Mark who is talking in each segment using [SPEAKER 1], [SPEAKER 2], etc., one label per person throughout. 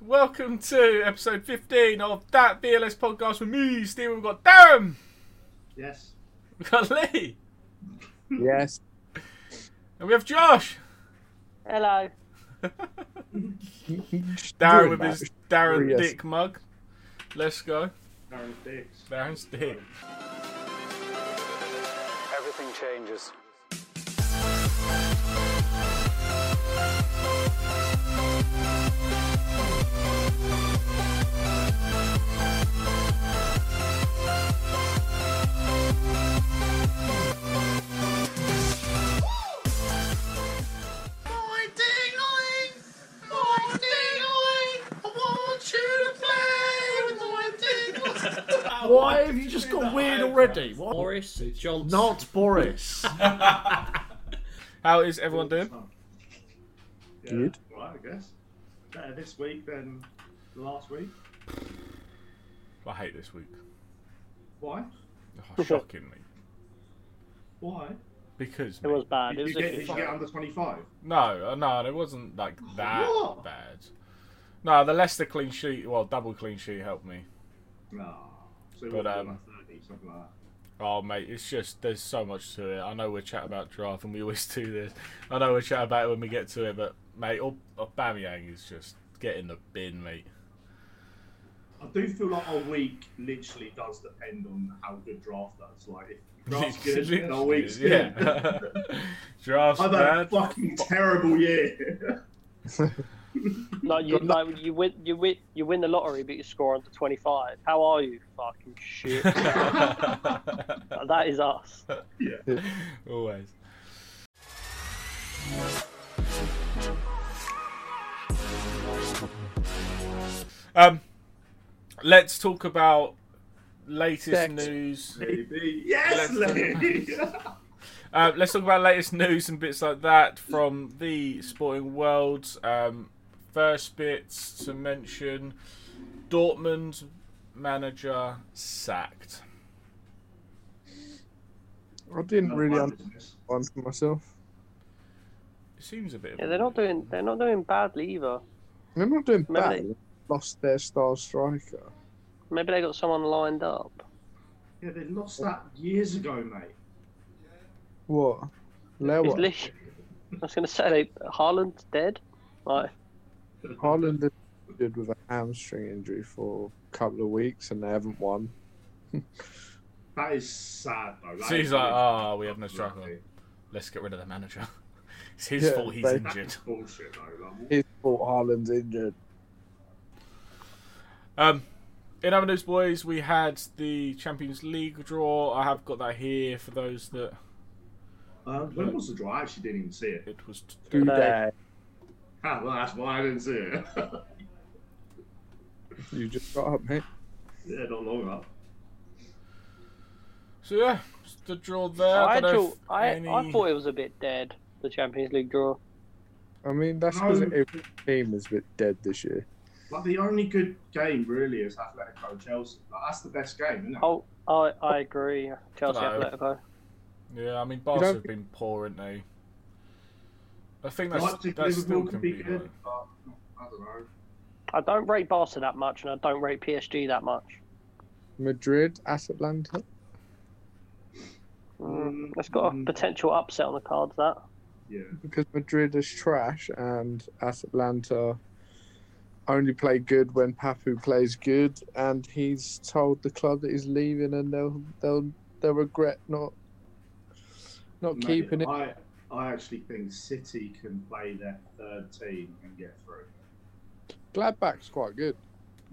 [SPEAKER 1] welcome to episode 15 of That BLS Podcast with me, Steve. We've got Darren,
[SPEAKER 2] Yes.
[SPEAKER 1] we've got Lee,
[SPEAKER 3] Yes.
[SPEAKER 1] and we have Josh.
[SPEAKER 4] Hello.
[SPEAKER 1] Darren
[SPEAKER 3] Doing
[SPEAKER 1] with
[SPEAKER 3] that.
[SPEAKER 1] his Darren
[SPEAKER 3] Yes.
[SPEAKER 1] Dick mug. Let's go.
[SPEAKER 2] Darren Dix.
[SPEAKER 1] Darren's Dick.
[SPEAKER 5] Everything changes.
[SPEAKER 6] Why have you just got weird already? What? Boris Johnson. Not Boris.
[SPEAKER 1] How is everyone doing?
[SPEAKER 2] Yeah.
[SPEAKER 3] Good.
[SPEAKER 2] Right, I guess. Better this week than last week.
[SPEAKER 1] I hate this week.
[SPEAKER 2] Why?
[SPEAKER 1] Oh, shockingly.
[SPEAKER 2] Why?
[SPEAKER 1] Because.
[SPEAKER 4] It was
[SPEAKER 1] mate-
[SPEAKER 4] bad. It
[SPEAKER 2] Did
[SPEAKER 4] was
[SPEAKER 2] you, get,
[SPEAKER 4] literally
[SPEAKER 2] did you get under 25?
[SPEAKER 1] No, uh, no, it wasn't like that
[SPEAKER 2] What?
[SPEAKER 1] bad. No, the Leicester clean sheet, well, double clean sheet helped me.
[SPEAKER 2] No. So
[SPEAKER 1] But,
[SPEAKER 2] we're
[SPEAKER 1] um,
[SPEAKER 2] like 30, something like that.
[SPEAKER 1] Oh mate, it's just there's so much to it. I know we're chatting about draft and we always do this. I know we're chatting about it when we get to it, but mate, Ob- Aubameyang is just getting the bin, mate.
[SPEAKER 2] I do feel like our week literally does depend on how good draft does. Like, if draft's good, then our week's good.
[SPEAKER 1] yeah. Draft's
[SPEAKER 2] I've had a
[SPEAKER 1] bad.
[SPEAKER 2] fucking terrible year.
[SPEAKER 4] like you like you win you win you win the lottery, but you score under twenty five. How are you? Fucking shit. Like, that is us.
[SPEAKER 2] yeah.
[SPEAKER 1] Always. Um, let's talk about latest
[SPEAKER 3] Sex.
[SPEAKER 1] news.
[SPEAKER 2] Maybe. Yes,
[SPEAKER 1] Let's-
[SPEAKER 2] Lee!
[SPEAKER 1] Uh, let's talk about latest news and bits like that from the sporting world. Um, first bits to mention: Dortmund manager sacked.
[SPEAKER 3] I didn't really
[SPEAKER 2] My
[SPEAKER 3] understand
[SPEAKER 2] business.
[SPEAKER 3] one for myself.
[SPEAKER 1] It seems a bit.
[SPEAKER 4] Yeah, they're not doing they're not doing badly either.
[SPEAKER 3] They're not doing
[SPEAKER 4] Remember
[SPEAKER 3] bad. They lost their star striker.
[SPEAKER 4] Maybe they got someone lined up.
[SPEAKER 2] Yeah, they lost that years ago, mate.
[SPEAKER 3] What?
[SPEAKER 4] Is
[SPEAKER 3] Lewa.
[SPEAKER 4] Lich, I was gonna say like, Haaland's dead. Like
[SPEAKER 3] Haaland is injured with a hamstring injury for a couple of weeks and they haven't won.
[SPEAKER 2] That is sad, though. That
[SPEAKER 1] So he's
[SPEAKER 2] is
[SPEAKER 1] like,
[SPEAKER 2] really-
[SPEAKER 1] "Ah, we have no striker.
[SPEAKER 2] Right.
[SPEAKER 1] Let's get rid of the manager. It's his
[SPEAKER 3] Yeah,
[SPEAKER 1] fault. He's
[SPEAKER 3] they-
[SPEAKER 1] injured."
[SPEAKER 2] That's bullshit, though. Like, what-
[SPEAKER 3] His fault Haaland's injured.
[SPEAKER 1] Um, in other news, boys, we had the Champions League draw. I have got that here for those that
[SPEAKER 2] um, when was the draw? I actually didn't even see it.
[SPEAKER 1] it was.
[SPEAKER 3] Today.
[SPEAKER 4] Today.
[SPEAKER 2] Ah, well, that's why I didn't see it.
[SPEAKER 3] You just got up, mate.
[SPEAKER 2] yeah, not long enough.
[SPEAKER 1] So yeah, it's the draw there.
[SPEAKER 4] I
[SPEAKER 1] don't know
[SPEAKER 4] actual,
[SPEAKER 1] if
[SPEAKER 4] I
[SPEAKER 1] any-
[SPEAKER 4] I thought it was a bit dead, the Champions League draw.
[SPEAKER 3] I mean, that's
[SPEAKER 2] No.
[SPEAKER 3] because every team is a bit dead this year.
[SPEAKER 2] Like, the only good game, really, is Atletico Chelsea. Like, that's the best game, isn't it?
[SPEAKER 4] Oh I I agree. Chelsea
[SPEAKER 1] No.
[SPEAKER 4] Atletico.
[SPEAKER 1] Yeah, I mean, Barca have
[SPEAKER 3] think-
[SPEAKER 1] been poor, haven't they? I think that's
[SPEAKER 2] Leipzig,
[SPEAKER 1] that's still
[SPEAKER 2] Liverpool could be
[SPEAKER 1] convenient.
[SPEAKER 2] good, but I don't know.
[SPEAKER 4] I don't rate Barca that much and I don't rate PSG that much.
[SPEAKER 3] Madrid at Atlanta.
[SPEAKER 4] Mm, it's got a
[SPEAKER 2] Mm.
[SPEAKER 4] potential upset on the cards. That
[SPEAKER 2] Yeah.
[SPEAKER 3] Because Madrid is trash and at Atlanta only play good when Papu plays good and he's told the club that he's leaving and they'll they'll they'll regret not not
[SPEAKER 2] Mate,
[SPEAKER 3] keeping it.
[SPEAKER 2] I, I actually think City can play their third team and get through.
[SPEAKER 3] Gladback's quite good.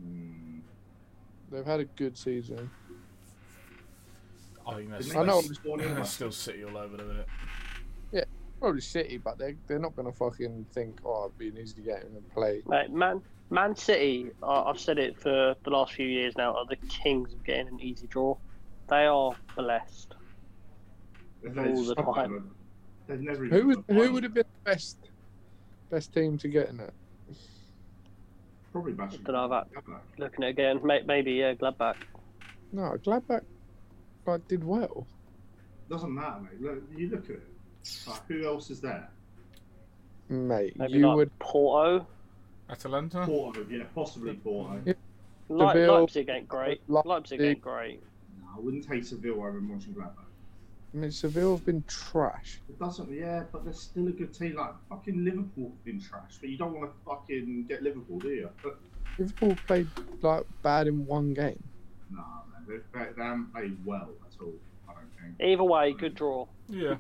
[SPEAKER 1] Hmm.
[SPEAKER 2] Mm.
[SPEAKER 3] They've had a good season.
[SPEAKER 1] I think that's,
[SPEAKER 3] I know.
[SPEAKER 1] that's- that's still City all over the minute.
[SPEAKER 3] Probably City, but they they're not gonna fucking think, oh, it'd be an easy game and play.
[SPEAKER 4] Mate, Man Man City, I I've said it for the last few years now, are the kings of getting an easy draw. They are blessed. All the time.
[SPEAKER 2] They've never even
[SPEAKER 3] Who would
[SPEAKER 2] got a
[SPEAKER 3] who
[SPEAKER 2] final.
[SPEAKER 3] would have been the best best team to get in it?
[SPEAKER 2] Probably Manchester
[SPEAKER 4] Don't know about
[SPEAKER 2] United.
[SPEAKER 4] looking at it again. May- Maybe yeah, Gladbach.
[SPEAKER 3] No, Gladback like did well.
[SPEAKER 2] Doesn't matter, mate. Look, you look at it. Like, who else is there?
[SPEAKER 3] Mate,
[SPEAKER 4] Maybe
[SPEAKER 3] you
[SPEAKER 4] like
[SPEAKER 3] would
[SPEAKER 4] Porto.
[SPEAKER 1] Atalanta.
[SPEAKER 2] Porto, yeah, possibly Porto.
[SPEAKER 4] Le-
[SPEAKER 3] Seville-
[SPEAKER 4] Leipzig ain't great.
[SPEAKER 3] Le-
[SPEAKER 4] Leipzig ain't great.
[SPEAKER 2] No, I wouldn't take Seville over Mönchengladbach.
[SPEAKER 3] I mean, Seville have been trash.
[SPEAKER 2] It doesn't, yeah, but they're still a good team. Like fucking Liverpool have been trash, but you don't want to fucking get Liverpool, do you? But
[SPEAKER 3] Liverpool played like bad in one game.
[SPEAKER 2] nah, man, they, they, they haven't played well at all. I don't think.
[SPEAKER 4] Either way, good draw.
[SPEAKER 1] Yeah,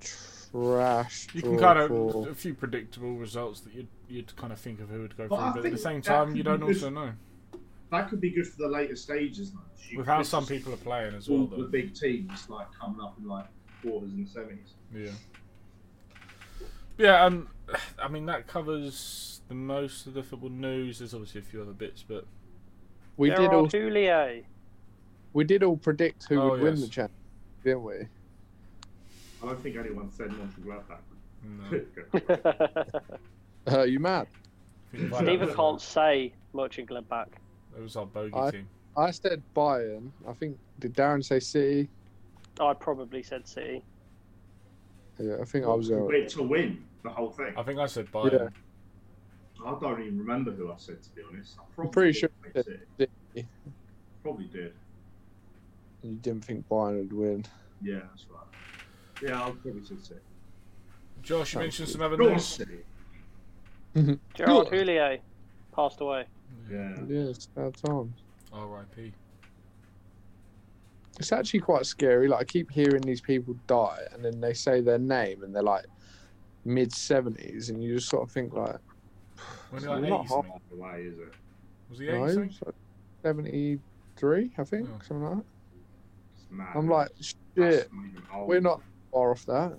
[SPEAKER 3] Trash.
[SPEAKER 1] you can
[SPEAKER 3] draw
[SPEAKER 1] kind
[SPEAKER 3] for-
[SPEAKER 1] of a few predictable results that you'd you'd kind of think of who would go
[SPEAKER 2] But
[SPEAKER 1] through,
[SPEAKER 2] I
[SPEAKER 1] but at
[SPEAKER 2] think
[SPEAKER 1] the same
[SPEAKER 2] that
[SPEAKER 1] time
[SPEAKER 2] could
[SPEAKER 1] you
[SPEAKER 2] be
[SPEAKER 1] don't
[SPEAKER 2] good.
[SPEAKER 1] also know
[SPEAKER 2] That could be good for the later stages, though. 'cause you
[SPEAKER 1] with
[SPEAKER 2] could
[SPEAKER 1] how some
[SPEAKER 2] just-
[SPEAKER 1] people are playing as
[SPEAKER 2] all
[SPEAKER 1] well.
[SPEAKER 2] the
[SPEAKER 1] Though.
[SPEAKER 2] big teams like coming up in like quarters and semis.
[SPEAKER 1] Yeah. Yeah, um, I mean that covers the most of the football news. There's obviously a few other bits, but
[SPEAKER 3] We
[SPEAKER 4] there
[SPEAKER 3] did
[SPEAKER 4] are
[SPEAKER 3] all.
[SPEAKER 4] Julio.
[SPEAKER 3] We did all predict who
[SPEAKER 1] Oh,
[SPEAKER 3] would win
[SPEAKER 1] yes.
[SPEAKER 3] the championship, didn't we?
[SPEAKER 2] I don't think anyone said Mönchengladbach.
[SPEAKER 1] no.
[SPEAKER 2] that.
[SPEAKER 3] Uh, you mad?
[SPEAKER 4] Stephen can't say Mönchengladbach.
[SPEAKER 1] It was our bogey
[SPEAKER 3] I-
[SPEAKER 1] team.
[SPEAKER 3] I said Bayern. I think did Darren say City?
[SPEAKER 4] I probably said City.
[SPEAKER 3] Yeah, I think I was. Uh,
[SPEAKER 2] Wait to win the whole thing.
[SPEAKER 1] I think I said Bayern.
[SPEAKER 2] I don't even remember who I said to be honest. I probably
[SPEAKER 3] pretty
[SPEAKER 2] did
[SPEAKER 3] sure
[SPEAKER 2] say
[SPEAKER 3] that-
[SPEAKER 2] City.
[SPEAKER 3] that-
[SPEAKER 2] Probably did.
[SPEAKER 3] you didn't think Bayern would win.
[SPEAKER 2] Yeah, that's right. Yeah, I'll probably say City.
[SPEAKER 1] Josh, you mentioned some other
[SPEAKER 2] Go on,
[SPEAKER 1] news.
[SPEAKER 2] City.
[SPEAKER 4] Gerard
[SPEAKER 3] Good.
[SPEAKER 4] Julio passed away.
[SPEAKER 2] Yeah.
[SPEAKER 3] Yes, bad times.
[SPEAKER 1] R.I.P.
[SPEAKER 3] It's actually quite scary. Like I keep hearing these people die, and then they say their name, and they're like mid seventies, and you just sort of think like,
[SPEAKER 1] When did
[SPEAKER 3] Well,
[SPEAKER 1] I
[SPEAKER 3] not
[SPEAKER 1] eighties?
[SPEAKER 3] hot.
[SPEAKER 1] mate?
[SPEAKER 2] The way is it?
[SPEAKER 1] Was he
[SPEAKER 3] no,
[SPEAKER 1] eighties?
[SPEAKER 3] it's like seventy-three, I think,
[SPEAKER 1] Oh.
[SPEAKER 3] something like that.
[SPEAKER 2] It's mad.
[SPEAKER 3] I'm like,
[SPEAKER 2] That's
[SPEAKER 3] shit,
[SPEAKER 2] not even old.
[SPEAKER 3] we're not far off that.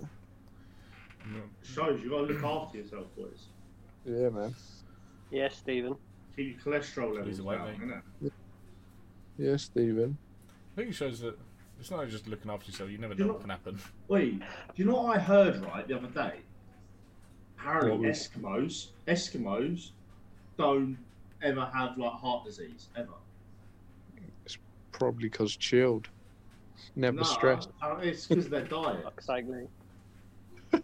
[SPEAKER 2] Shows you gotta look after yourself, boys.
[SPEAKER 3] Yeah, man.
[SPEAKER 4] Yes, Stephen.
[SPEAKER 2] Keep your cholesterol levels
[SPEAKER 1] away,
[SPEAKER 2] down,
[SPEAKER 1] mate.
[SPEAKER 2] innit?
[SPEAKER 3] Yeah, Stephen.
[SPEAKER 1] I think it shows that it's not just looking after yourself. You never
[SPEAKER 2] You're
[SPEAKER 1] know what
[SPEAKER 2] not-
[SPEAKER 1] can happen.
[SPEAKER 2] Wait, do you know what I heard right the other day?
[SPEAKER 3] What
[SPEAKER 2] Apparently,
[SPEAKER 3] was-
[SPEAKER 2] Eskimos, Eskimos, don't ever have like heart disease ever.
[SPEAKER 3] Probably because chilled, never stressed.
[SPEAKER 2] uh, It's because their diet.
[SPEAKER 4] Fuck's sake, Lee.
[SPEAKER 2] It's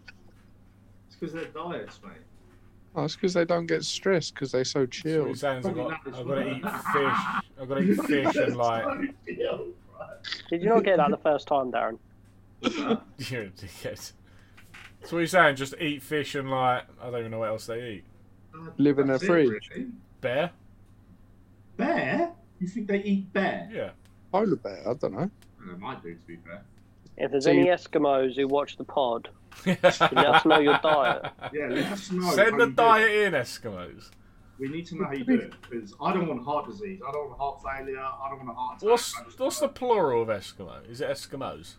[SPEAKER 2] because their diets, mate.
[SPEAKER 3] Oh, it's because they don't get stressed because they're
[SPEAKER 1] So
[SPEAKER 3] so
[SPEAKER 1] what
[SPEAKER 3] chilled.
[SPEAKER 1] he's saying is I've got,
[SPEAKER 2] Probably not.
[SPEAKER 1] I've got to eat fish. I've got to eat fish and like.
[SPEAKER 2] So ill, right?
[SPEAKER 4] Did you not get that the first time, Darren?
[SPEAKER 2] What's that?
[SPEAKER 1] You're a dickhead. So what he's saying, just eat fish and like I don't even know what else they eat.
[SPEAKER 3] Live in
[SPEAKER 2] That's
[SPEAKER 3] a
[SPEAKER 2] it,
[SPEAKER 3] fridge.
[SPEAKER 2] really.
[SPEAKER 1] Bear?
[SPEAKER 2] Bear? You think they eat bear?
[SPEAKER 1] Yeah.
[SPEAKER 3] Polar bear, I don't know.
[SPEAKER 2] They might do, to be fair.
[SPEAKER 4] If there's
[SPEAKER 3] So you-
[SPEAKER 4] any Eskimos who watch the pod, let us know your diet.
[SPEAKER 2] Yeah, let us know. how
[SPEAKER 1] Send the
[SPEAKER 2] you do it.
[SPEAKER 1] diet in, Eskimos.
[SPEAKER 2] We need to know how you do it because I don't want heart disease. I don't want heart failure. I don't want a heart attack.
[SPEAKER 1] What's
[SPEAKER 2] I just
[SPEAKER 1] what's the
[SPEAKER 2] want-
[SPEAKER 1] plural of Eskimo? Is it Eskimos?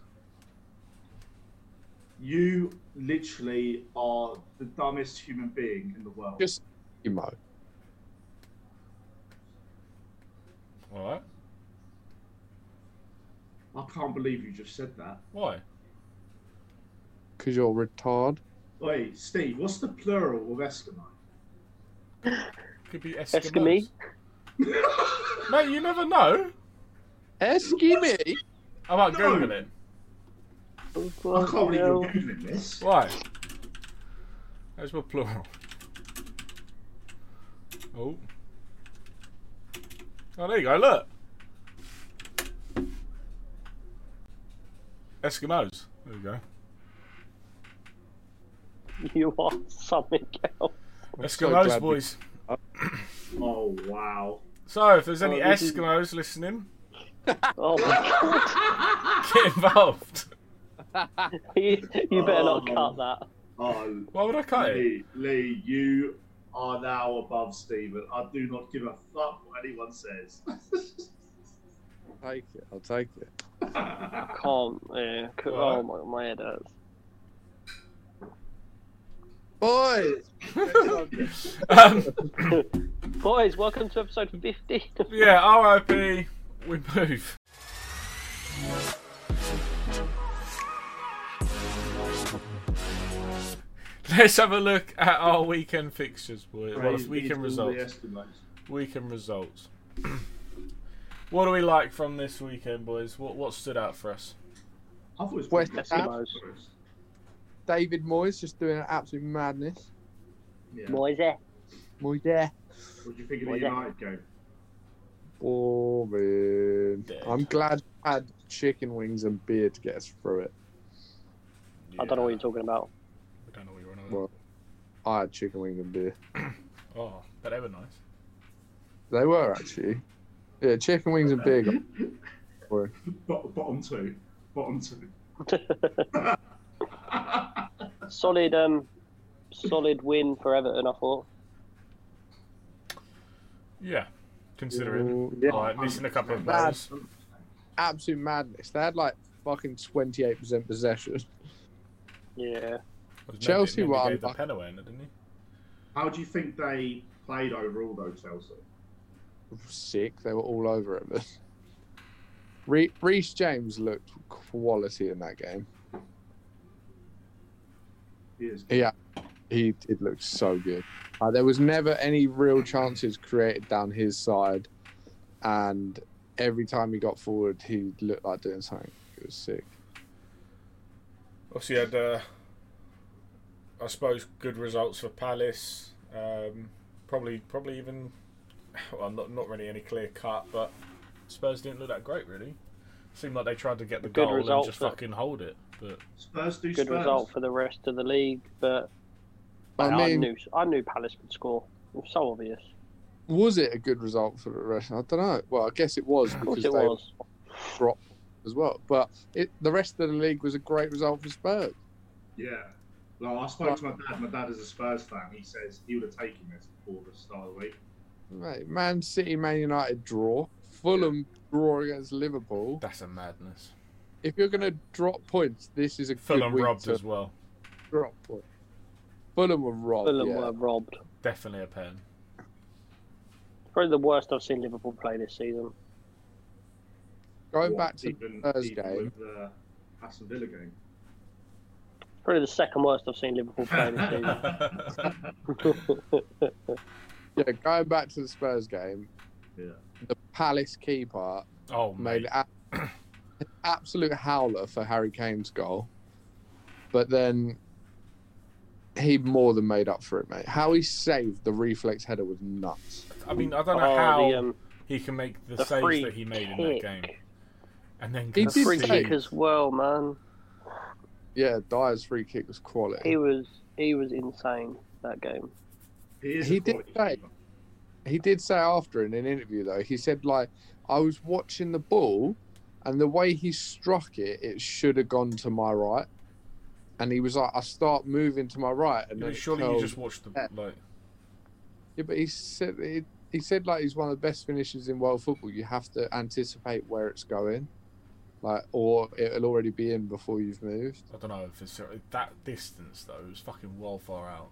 [SPEAKER 2] You literally are the dumbest human being in the world.
[SPEAKER 3] Just emo.
[SPEAKER 1] All right.
[SPEAKER 2] I can't believe you just said that.
[SPEAKER 1] Why?
[SPEAKER 3] Because you're retard.
[SPEAKER 2] Wait, Steve, what's the plural of Eskimo?
[SPEAKER 1] Could be Eskimos.
[SPEAKER 4] Eskimi?
[SPEAKER 1] Mate, you never know.
[SPEAKER 3] Eskimi?
[SPEAKER 1] I might
[SPEAKER 2] No.
[SPEAKER 1] Google it.
[SPEAKER 2] I can't believe
[SPEAKER 4] Well,
[SPEAKER 2] you're googling this.
[SPEAKER 1] Why? That's my plural. Oh. Oh, there you go. Look. Eskimos. There we go.
[SPEAKER 4] You are something else.
[SPEAKER 1] Eskimos,
[SPEAKER 3] glad we-
[SPEAKER 1] boys.
[SPEAKER 2] Oh wow.
[SPEAKER 1] So, if there's any
[SPEAKER 4] Oh, this is-
[SPEAKER 1] Eskimos listening,
[SPEAKER 4] Oh my god.
[SPEAKER 1] get involved.
[SPEAKER 4] You, you better not
[SPEAKER 2] Oh.
[SPEAKER 4] cut that.
[SPEAKER 2] Oh
[SPEAKER 1] Why would I cut it?
[SPEAKER 2] Lee, Lee, you are now above Stephen. I do not give a fuck what anyone says.
[SPEAKER 3] Take it. I'll take it.
[SPEAKER 4] Can't. Yeah. c- Oh my, my head hurts.
[SPEAKER 3] Boys!
[SPEAKER 1] um,
[SPEAKER 4] Boys, welcome to episode 15.
[SPEAKER 1] yeah, RIP. We move. Let's have a look at our weekend fixtures, boy. Well, it's
[SPEAKER 2] Praise be to
[SPEAKER 1] weekend
[SPEAKER 2] all
[SPEAKER 1] results.
[SPEAKER 2] the Eskimos.
[SPEAKER 1] Weekend results. what do we like from this weekend, boys? What what stood out for us?
[SPEAKER 2] I thought it was
[SPEAKER 3] West
[SPEAKER 2] pretty
[SPEAKER 3] Ham.
[SPEAKER 2] good.
[SPEAKER 3] David Moyes just doing an absolute madness.
[SPEAKER 2] Yeah.
[SPEAKER 4] Moise.
[SPEAKER 3] Well, yeah.
[SPEAKER 2] What do you think of the
[SPEAKER 4] Well, yeah.
[SPEAKER 2] United game?
[SPEAKER 3] Boring.
[SPEAKER 1] Dead.
[SPEAKER 3] I'm glad I had chicken wings and beer to get us through it.
[SPEAKER 4] I don't know what you're talking about.
[SPEAKER 1] I don't know what you're on about.
[SPEAKER 3] Well, I had chicken wings and beer.
[SPEAKER 1] Oh, but they were nice.
[SPEAKER 3] They were actually. Yeah, chicken wings and beer. got-
[SPEAKER 2] Uh, Bo- bottom two. Bottom two.
[SPEAKER 4] solid, um, solid win for Everton. I thought.
[SPEAKER 1] Yeah, considering.
[SPEAKER 3] Mm, Yeah.
[SPEAKER 1] Oh, at least in a couple of
[SPEAKER 3] Bad.
[SPEAKER 1] months.
[SPEAKER 3] Absolute madness. They had like fucking 28% possession.
[SPEAKER 4] Yeah,
[SPEAKER 3] Chelsea were
[SPEAKER 1] won. the
[SPEAKER 3] unlucky.
[SPEAKER 1] pen away, in it, didn't he?
[SPEAKER 2] How do you think they played overall, though, Chelsea?
[SPEAKER 3] Sick. They were all over it. Re- Reece James looked quality in that game.
[SPEAKER 2] Yes.
[SPEAKER 3] Yeah, he it looked so good. Uh, there was never any real chances created down his side, and every time he got forward, he looked like doing something. It was sick.
[SPEAKER 1] Obviously, had, uh, I suppose, good results for Palace. Um, probably, probably even. Well, not not really any clear cut, but Spurs didn't look that great. Really, seemed like they tried to get the
[SPEAKER 4] Good
[SPEAKER 1] goal and
[SPEAKER 4] result
[SPEAKER 1] just
[SPEAKER 4] for-
[SPEAKER 1] fucking hold it. But
[SPEAKER 2] Spurs do
[SPEAKER 4] good
[SPEAKER 2] Spurs.
[SPEAKER 4] result for the rest of the league, but
[SPEAKER 3] I
[SPEAKER 4] I,
[SPEAKER 3] mean-
[SPEAKER 4] knew I knew Palace would score. It was so obvious.
[SPEAKER 3] Was it a good result for the rest? I don't know. Well, I guess it was
[SPEAKER 4] Of course
[SPEAKER 3] because
[SPEAKER 4] it
[SPEAKER 3] they
[SPEAKER 4] was.
[SPEAKER 3] dropped as well. But it, the rest of the league was a great result for Spurs.
[SPEAKER 2] Yeah. Well, I spoke to my dad. My dad is a Spurs fan. He says he would have taken this before the start of the week.
[SPEAKER 3] Mate, Man City, Man United draw, Fulham draw against Liverpool.
[SPEAKER 1] that's a madness.
[SPEAKER 3] If you're going to drop points, this is a
[SPEAKER 1] Fulham
[SPEAKER 3] good week
[SPEAKER 1] robbed
[SPEAKER 3] to
[SPEAKER 1] as well.
[SPEAKER 3] drop points. Fulham were robbed.
[SPEAKER 4] Fulham
[SPEAKER 3] yeah.
[SPEAKER 4] were robbed.
[SPEAKER 1] Definitely a pen.
[SPEAKER 4] Probably the worst I've seen Liverpool play this season.
[SPEAKER 3] Going
[SPEAKER 2] What,
[SPEAKER 3] back to
[SPEAKER 2] even-
[SPEAKER 3] the Spurs
[SPEAKER 2] even
[SPEAKER 3] game,
[SPEAKER 2] With the Aston Villa game.
[SPEAKER 4] Probably the second worst I've seen Liverpool play this season. Oh,
[SPEAKER 3] yeah, going back to the Spurs game,
[SPEAKER 2] Yeah.
[SPEAKER 3] the Palace keeper
[SPEAKER 1] oh
[SPEAKER 3] made
[SPEAKER 1] mate,
[SPEAKER 3] a- an absolute howler for Harry Kane's goal, but then he more than made up for it, mate. How he saved the reflex header was nuts.
[SPEAKER 1] I mean, I don't know
[SPEAKER 4] Oh,
[SPEAKER 1] how
[SPEAKER 4] the, um,
[SPEAKER 1] he can make the,
[SPEAKER 4] the
[SPEAKER 1] saves
[SPEAKER 4] free
[SPEAKER 1] that he made in that
[SPEAKER 4] kick.
[SPEAKER 1] game, and then
[SPEAKER 3] He
[SPEAKER 4] the
[SPEAKER 3] did
[SPEAKER 4] free
[SPEAKER 1] concede.
[SPEAKER 3] save.
[SPEAKER 4] kick as well, man.
[SPEAKER 3] Yeah, Dyer's free kick was quality.
[SPEAKER 4] He was he was insane that game.
[SPEAKER 2] He, is
[SPEAKER 3] He
[SPEAKER 2] a
[SPEAKER 3] did
[SPEAKER 2] quality
[SPEAKER 3] say-
[SPEAKER 2] keeper.
[SPEAKER 3] he did say after in an interview though he said like i was watching the ball and the way he struck it it should have gone to my right and he was like i start moving to my right and
[SPEAKER 1] Yeah,
[SPEAKER 3] then
[SPEAKER 1] but
[SPEAKER 3] it
[SPEAKER 1] surely you
[SPEAKER 3] curled."
[SPEAKER 1] just watched the like.
[SPEAKER 3] yeah but he said he, he said like he's one of the best finishers in world football you have to anticipate where it's going like or it'll already be in before you've moved
[SPEAKER 1] I don't know if it's that distance though. It was fucking well far out.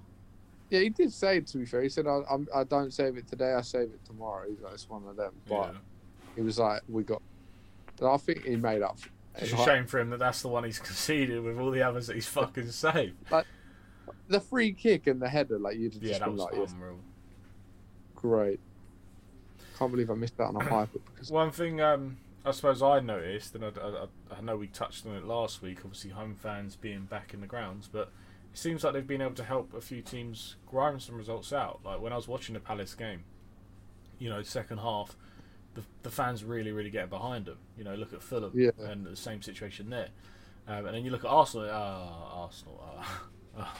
[SPEAKER 3] yeah he did say it to be fair he said i, I'm, I don't save it today i save it tomorrow he's like it's one of them but
[SPEAKER 1] Yeah.
[SPEAKER 3] he was like we got and i think he made up for it.
[SPEAKER 1] It's a
[SPEAKER 3] Like,
[SPEAKER 1] shame for him that that's the one he's conceded with all the others that he's fucking saved.
[SPEAKER 3] the free kick and the header, like you'd have
[SPEAKER 1] Yeah,
[SPEAKER 3] just
[SPEAKER 1] that
[SPEAKER 3] been
[SPEAKER 1] was
[SPEAKER 3] like, yes,
[SPEAKER 1] unreal.
[SPEAKER 3] great. Can't believe I missed out on a hyper because
[SPEAKER 1] One thing um, I suppose I noticed, and I, I, I know we touched on it last week, obviously home fans being back in the grounds, but it seems like they've been able to help a few teams grind some results out. Like when I was watching the Palace game, you know, second half, the, the fans really, really getting behind them. You know, look at Fulham
[SPEAKER 3] Yeah.
[SPEAKER 1] and the same situation there. Um, and then you look at Arsenal, ah, Arsenal, ah. ah.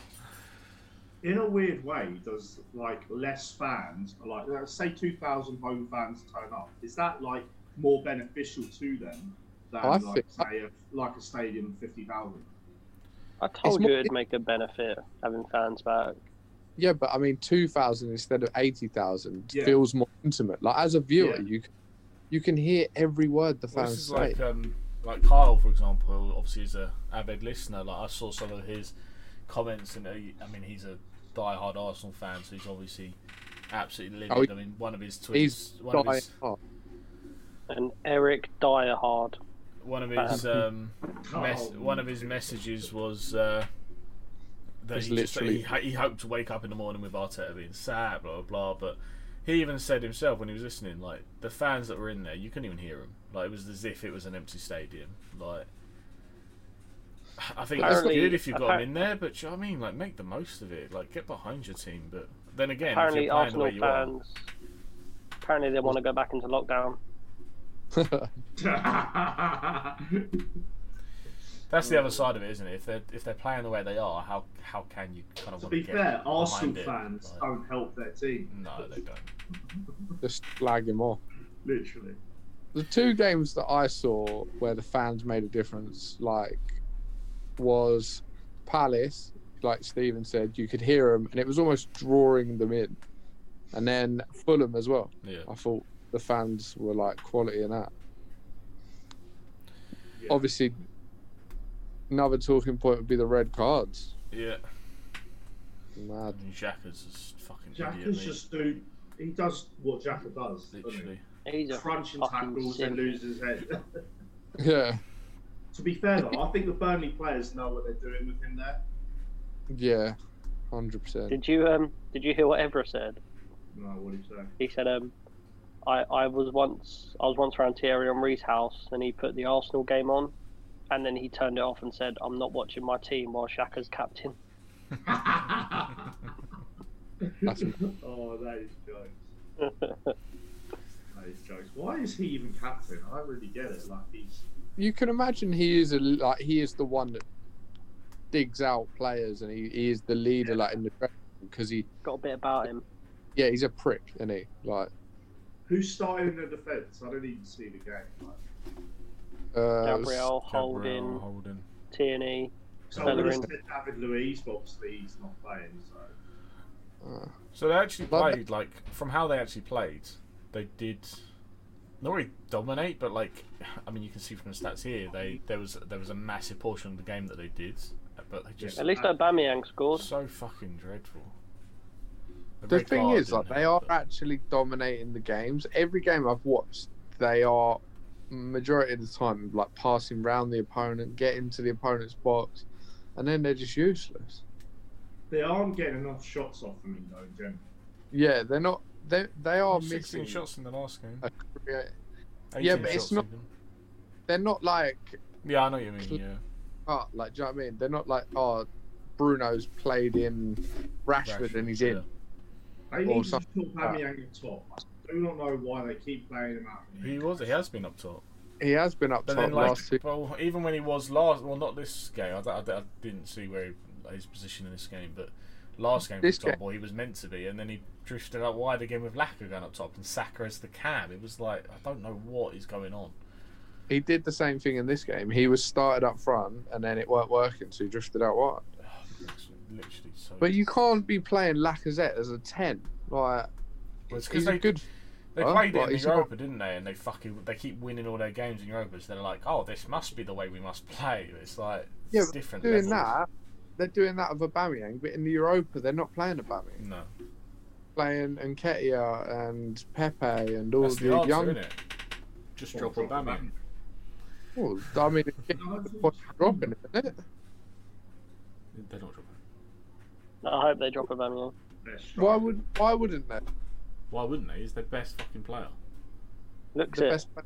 [SPEAKER 2] in a weird way, does like less fans, like let's say two thousand home fans turn up, is that like more beneficial to them than
[SPEAKER 3] I
[SPEAKER 2] like
[SPEAKER 3] think-
[SPEAKER 2] say a, like a stadium of fifty thousand?
[SPEAKER 4] I told
[SPEAKER 3] more-
[SPEAKER 4] you it'd make a benefit having fans back.
[SPEAKER 3] yeah, but I mean, two thousand instead of eighty thousand
[SPEAKER 2] Yeah.
[SPEAKER 3] feels more intimate. Like as a viewer,
[SPEAKER 2] Yeah.
[SPEAKER 3] you c- you can hear every word the
[SPEAKER 1] Well,
[SPEAKER 3] fans
[SPEAKER 1] this is
[SPEAKER 3] say.
[SPEAKER 1] like um, like Kyle, for example, who obviously is a avid listener. Like I saw some of his comments, and he, I mean, he's a die-hard Arsenal fan, so he's obviously absolutely livid.
[SPEAKER 3] Oh, he-
[SPEAKER 1] I mean, one of his tweets,
[SPEAKER 3] He's
[SPEAKER 1] one, of his,
[SPEAKER 3] dying hard.
[SPEAKER 4] And Eric Dyer hard.
[SPEAKER 1] one of his, um, mes-
[SPEAKER 2] Oh.
[SPEAKER 1] one of his messages was uh, that
[SPEAKER 3] He's
[SPEAKER 1] he, just,
[SPEAKER 3] literally-
[SPEAKER 1] he, ho- he hoped to wake up in the morning with Arteta being sad, blah blah blah. But he even said himself when he was listening, like the fans that were in there, you couldn't even hear them. Like it was as if it was an empty stadium. Like I think it's
[SPEAKER 4] Apparently-
[SPEAKER 1] good if you've got them
[SPEAKER 4] appar-
[SPEAKER 1] in there, but do you know what I mean, like make the most of it. Like get behind your team, but then again, if
[SPEAKER 4] apparently
[SPEAKER 1] you're playing the way
[SPEAKER 4] Arsenal
[SPEAKER 1] you are,
[SPEAKER 4] fans. Apparently they want to go back into lockdown.
[SPEAKER 1] that's the other side of it, isn't it? If they're if they're playing the way they are, how how can you kind of
[SPEAKER 2] to
[SPEAKER 1] want
[SPEAKER 2] be
[SPEAKER 1] get
[SPEAKER 2] fair,
[SPEAKER 1] behind
[SPEAKER 2] Arsenal
[SPEAKER 1] it?
[SPEAKER 2] fans
[SPEAKER 1] Like,
[SPEAKER 2] don't help their team,
[SPEAKER 1] no, they don't.
[SPEAKER 3] Just flag him off.
[SPEAKER 2] literally.
[SPEAKER 3] the two games that I saw where the fans made a difference, like, was Palace. Like Stephen said, you could hear them, and it was almost drawing them in. And then Fulham as well.
[SPEAKER 1] Yeah.
[SPEAKER 3] I thought the fans were like quality in that.
[SPEAKER 2] Yeah.
[SPEAKER 3] Obviously, another talking point would be the red cards.
[SPEAKER 1] Yeah.
[SPEAKER 3] Mad.
[SPEAKER 1] And Xhaka's is fucking idiot.
[SPEAKER 2] Jackers
[SPEAKER 1] mate.
[SPEAKER 2] just do. He does what Jacker does. doesn't he?
[SPEAKER 1] literally.
[SPEAKER 4] He's a
[SPEAKER 2] Crunching
[SPEAKER 4] fucking
[SPEAKER 2] tackles
[SPEAKER 4] sin.
[SPEAKER 2] and loses head.
[SPEAKER 3] Yeah,
[SPEAKER 2] to be fair though, I think the Burnley players know what they're doing with him there.
[SPEAKER 3] yeah, hundred percent.
[SPEAKER 4] Did you um? Did you hear what Evra said?
[SPEAKER 2] No, what do you say?
[SPEAKER 4] He said um, I I was once I was once around Thierry Henry's house and he put the Arsenal game on, and then he turned it off and said I'm not watching my team while Shaka's captain.
[SPEAKER 3] That's
[SPEAKER 2] oh, that is jokes. That is jokes. Why is he even captain? I don't really get it. Like he's
[SPEAKER 3] you can imagine he is a like he is the one that digs out players and he, he is the leader
[SPEAKER 2] Yeah.
[SPEAKER 3] like in the because he
[SPEAKER 4] Got a bit about him.
[SPEAKER 3] yeah he's a prick isn't he like
[SPEAKER 2] who's starting the defence? I don't even see the game. Like,
[SPEAKER 3] uh,
[SPEAKER 4] Gabriel
[SPEAKER 1] Gabriel
[SPEAKER 4] Holding,
[SPEAKER 1] Holding.
[SPEAKER 4] Tierney.
[SPEAKER 2] so I would have
[SPEAKER 4] Bellerin.
[SPEAKER 2] said David Luiz, but obviously he's not playing. So
[SPEAKER 3] uh,
[SPEAKER 1] So they actually
[SPEAKER 3] Well,
[SPEAKER 1] played like from how they actually played, they did not really dominate, but like I mean you can see from the stats here, they there was there was a massive portion of the game that they did, but they just
[SPEAKER 4] At least Aubameyang scored.
[SPEAKER 1] so fucking dreadful.
[SPEAKER 3] the thing is like they are actually dominating the games every game I've watched they are majority of the time like passing round the opponent getting to the opponent's box and then they're just useless
[SPEAKER 2] they aren't getting enough shots off him though. In general,
[SPEAKER 3] yeah they're not they they are
[SPEAKER 1] sixteen
[SPEAKER 3] Oh, missing
[SPEAKER 1] shots in the last game.
[SPEAKER 3] a crea- yeah,
[SPEAKER 1] 18
[SPEAKER 3] but it's
[SPEAKER 1] shots
[SPEAKER 3] not-
[SPEAKER 1] even.
[SPEAKER 3] they're not like
[SPEAKER 1] Yeah, I know what you mean.
[SPEAKER 3] Cl-
[SPEAKER 1] Yeah,
[SPEAKER 3] apart. Like, do you know what I mean? They're not like, oh, Bruno's played in Rashford, and he's in.
[SPEAKER 1] yeah.
[SPEAKER 2] they
[SPEAKER 3] Or
[SPEAKER 2] need to
[SPEAKER 3] something
[SPEAKER 2] put Aubameyang at top. I do not know why they keep playing him out.
[SPEAKER 1] He was. He has been up top.
[SPEAKER 3] He has been up
[SPEAKER 1] But
[SPEAKER 3] top
[SPEAKER 1] then, like,
[SPEAKER 3] last two.
[SPEAKER 1] well, even when he was last, well, not this game. I, d- I d- I didn't see where he, his position in this game, but last game, for
[SPEAKER 3] This
[SPEAKER 1] example, he was meant to be, and then he drifted out wide again with Laka going up top and Saka as the cam. It was like I don't know what is going on.
[SPEAKER 3] He did the same thing in this game. He was started up front, and then it weren't working, so he drifted out wide.
[SPEAKER 1] It's literally so.
[SPEAKER 3] But you can't be playing Lacazette as a ten. Like,
[SPEAKER 1] Well, it's 'cause
[SPEAKER 3] he's
[SPEAKER 1] they,
[SPEAKER 3] a good.
[SPEAKER 1] they
[SPEAKER 3] Oh,
[SPEAKER 1] played
[SPEAKER 3] well,
[SPEAKER 1] it in
[SPEAKER 3] he's
[SPEAKER 1] the
[SPEAKER 3] not-
[SPEAKER 1] Europa, didn't they? And they fucking they keep winning all their games in Europa, so they're like, oh, this must be the way we must play. It's like
[SPEAKER 3] Yeah,
[SPEAKER 1] it's
[SPEAKER 3] but
[SPEAKER 1] different.
[SPEAKER 3] Doing
[SPEAKER 1] levels.
[SPEAKER 3] that, they're doing that with Aubameyang, but in the Europa, they're not playing Aubameyang.
[SPEAKER 1] No,
[SPEAKER 3] Playing Nketiah and Pepe and all
[SPEAKER 1] that's
[SPEAKER 3] the,
[SPEAKER 1] the answer,
[SPEAKER 3] young.
[SPEAKER 1] isn't it? Just drop Aubameyang.
[SPEAKER 3] Oh, I mean, it's dropping, isn't it?
[SPEAKER 1] They don't drop him.
[SPEAKER 4] I hope they drop Aubameyang.
[SPEAKER 3] Why would? Why wouldn't they?
[SPEAKER 1] Why wouldn't they? He's their best fucking player.
[SPEAKER 4] Looks
[SPEAKER 3] the
[SPEAKER 4] it.
[SPEAKER 3] best player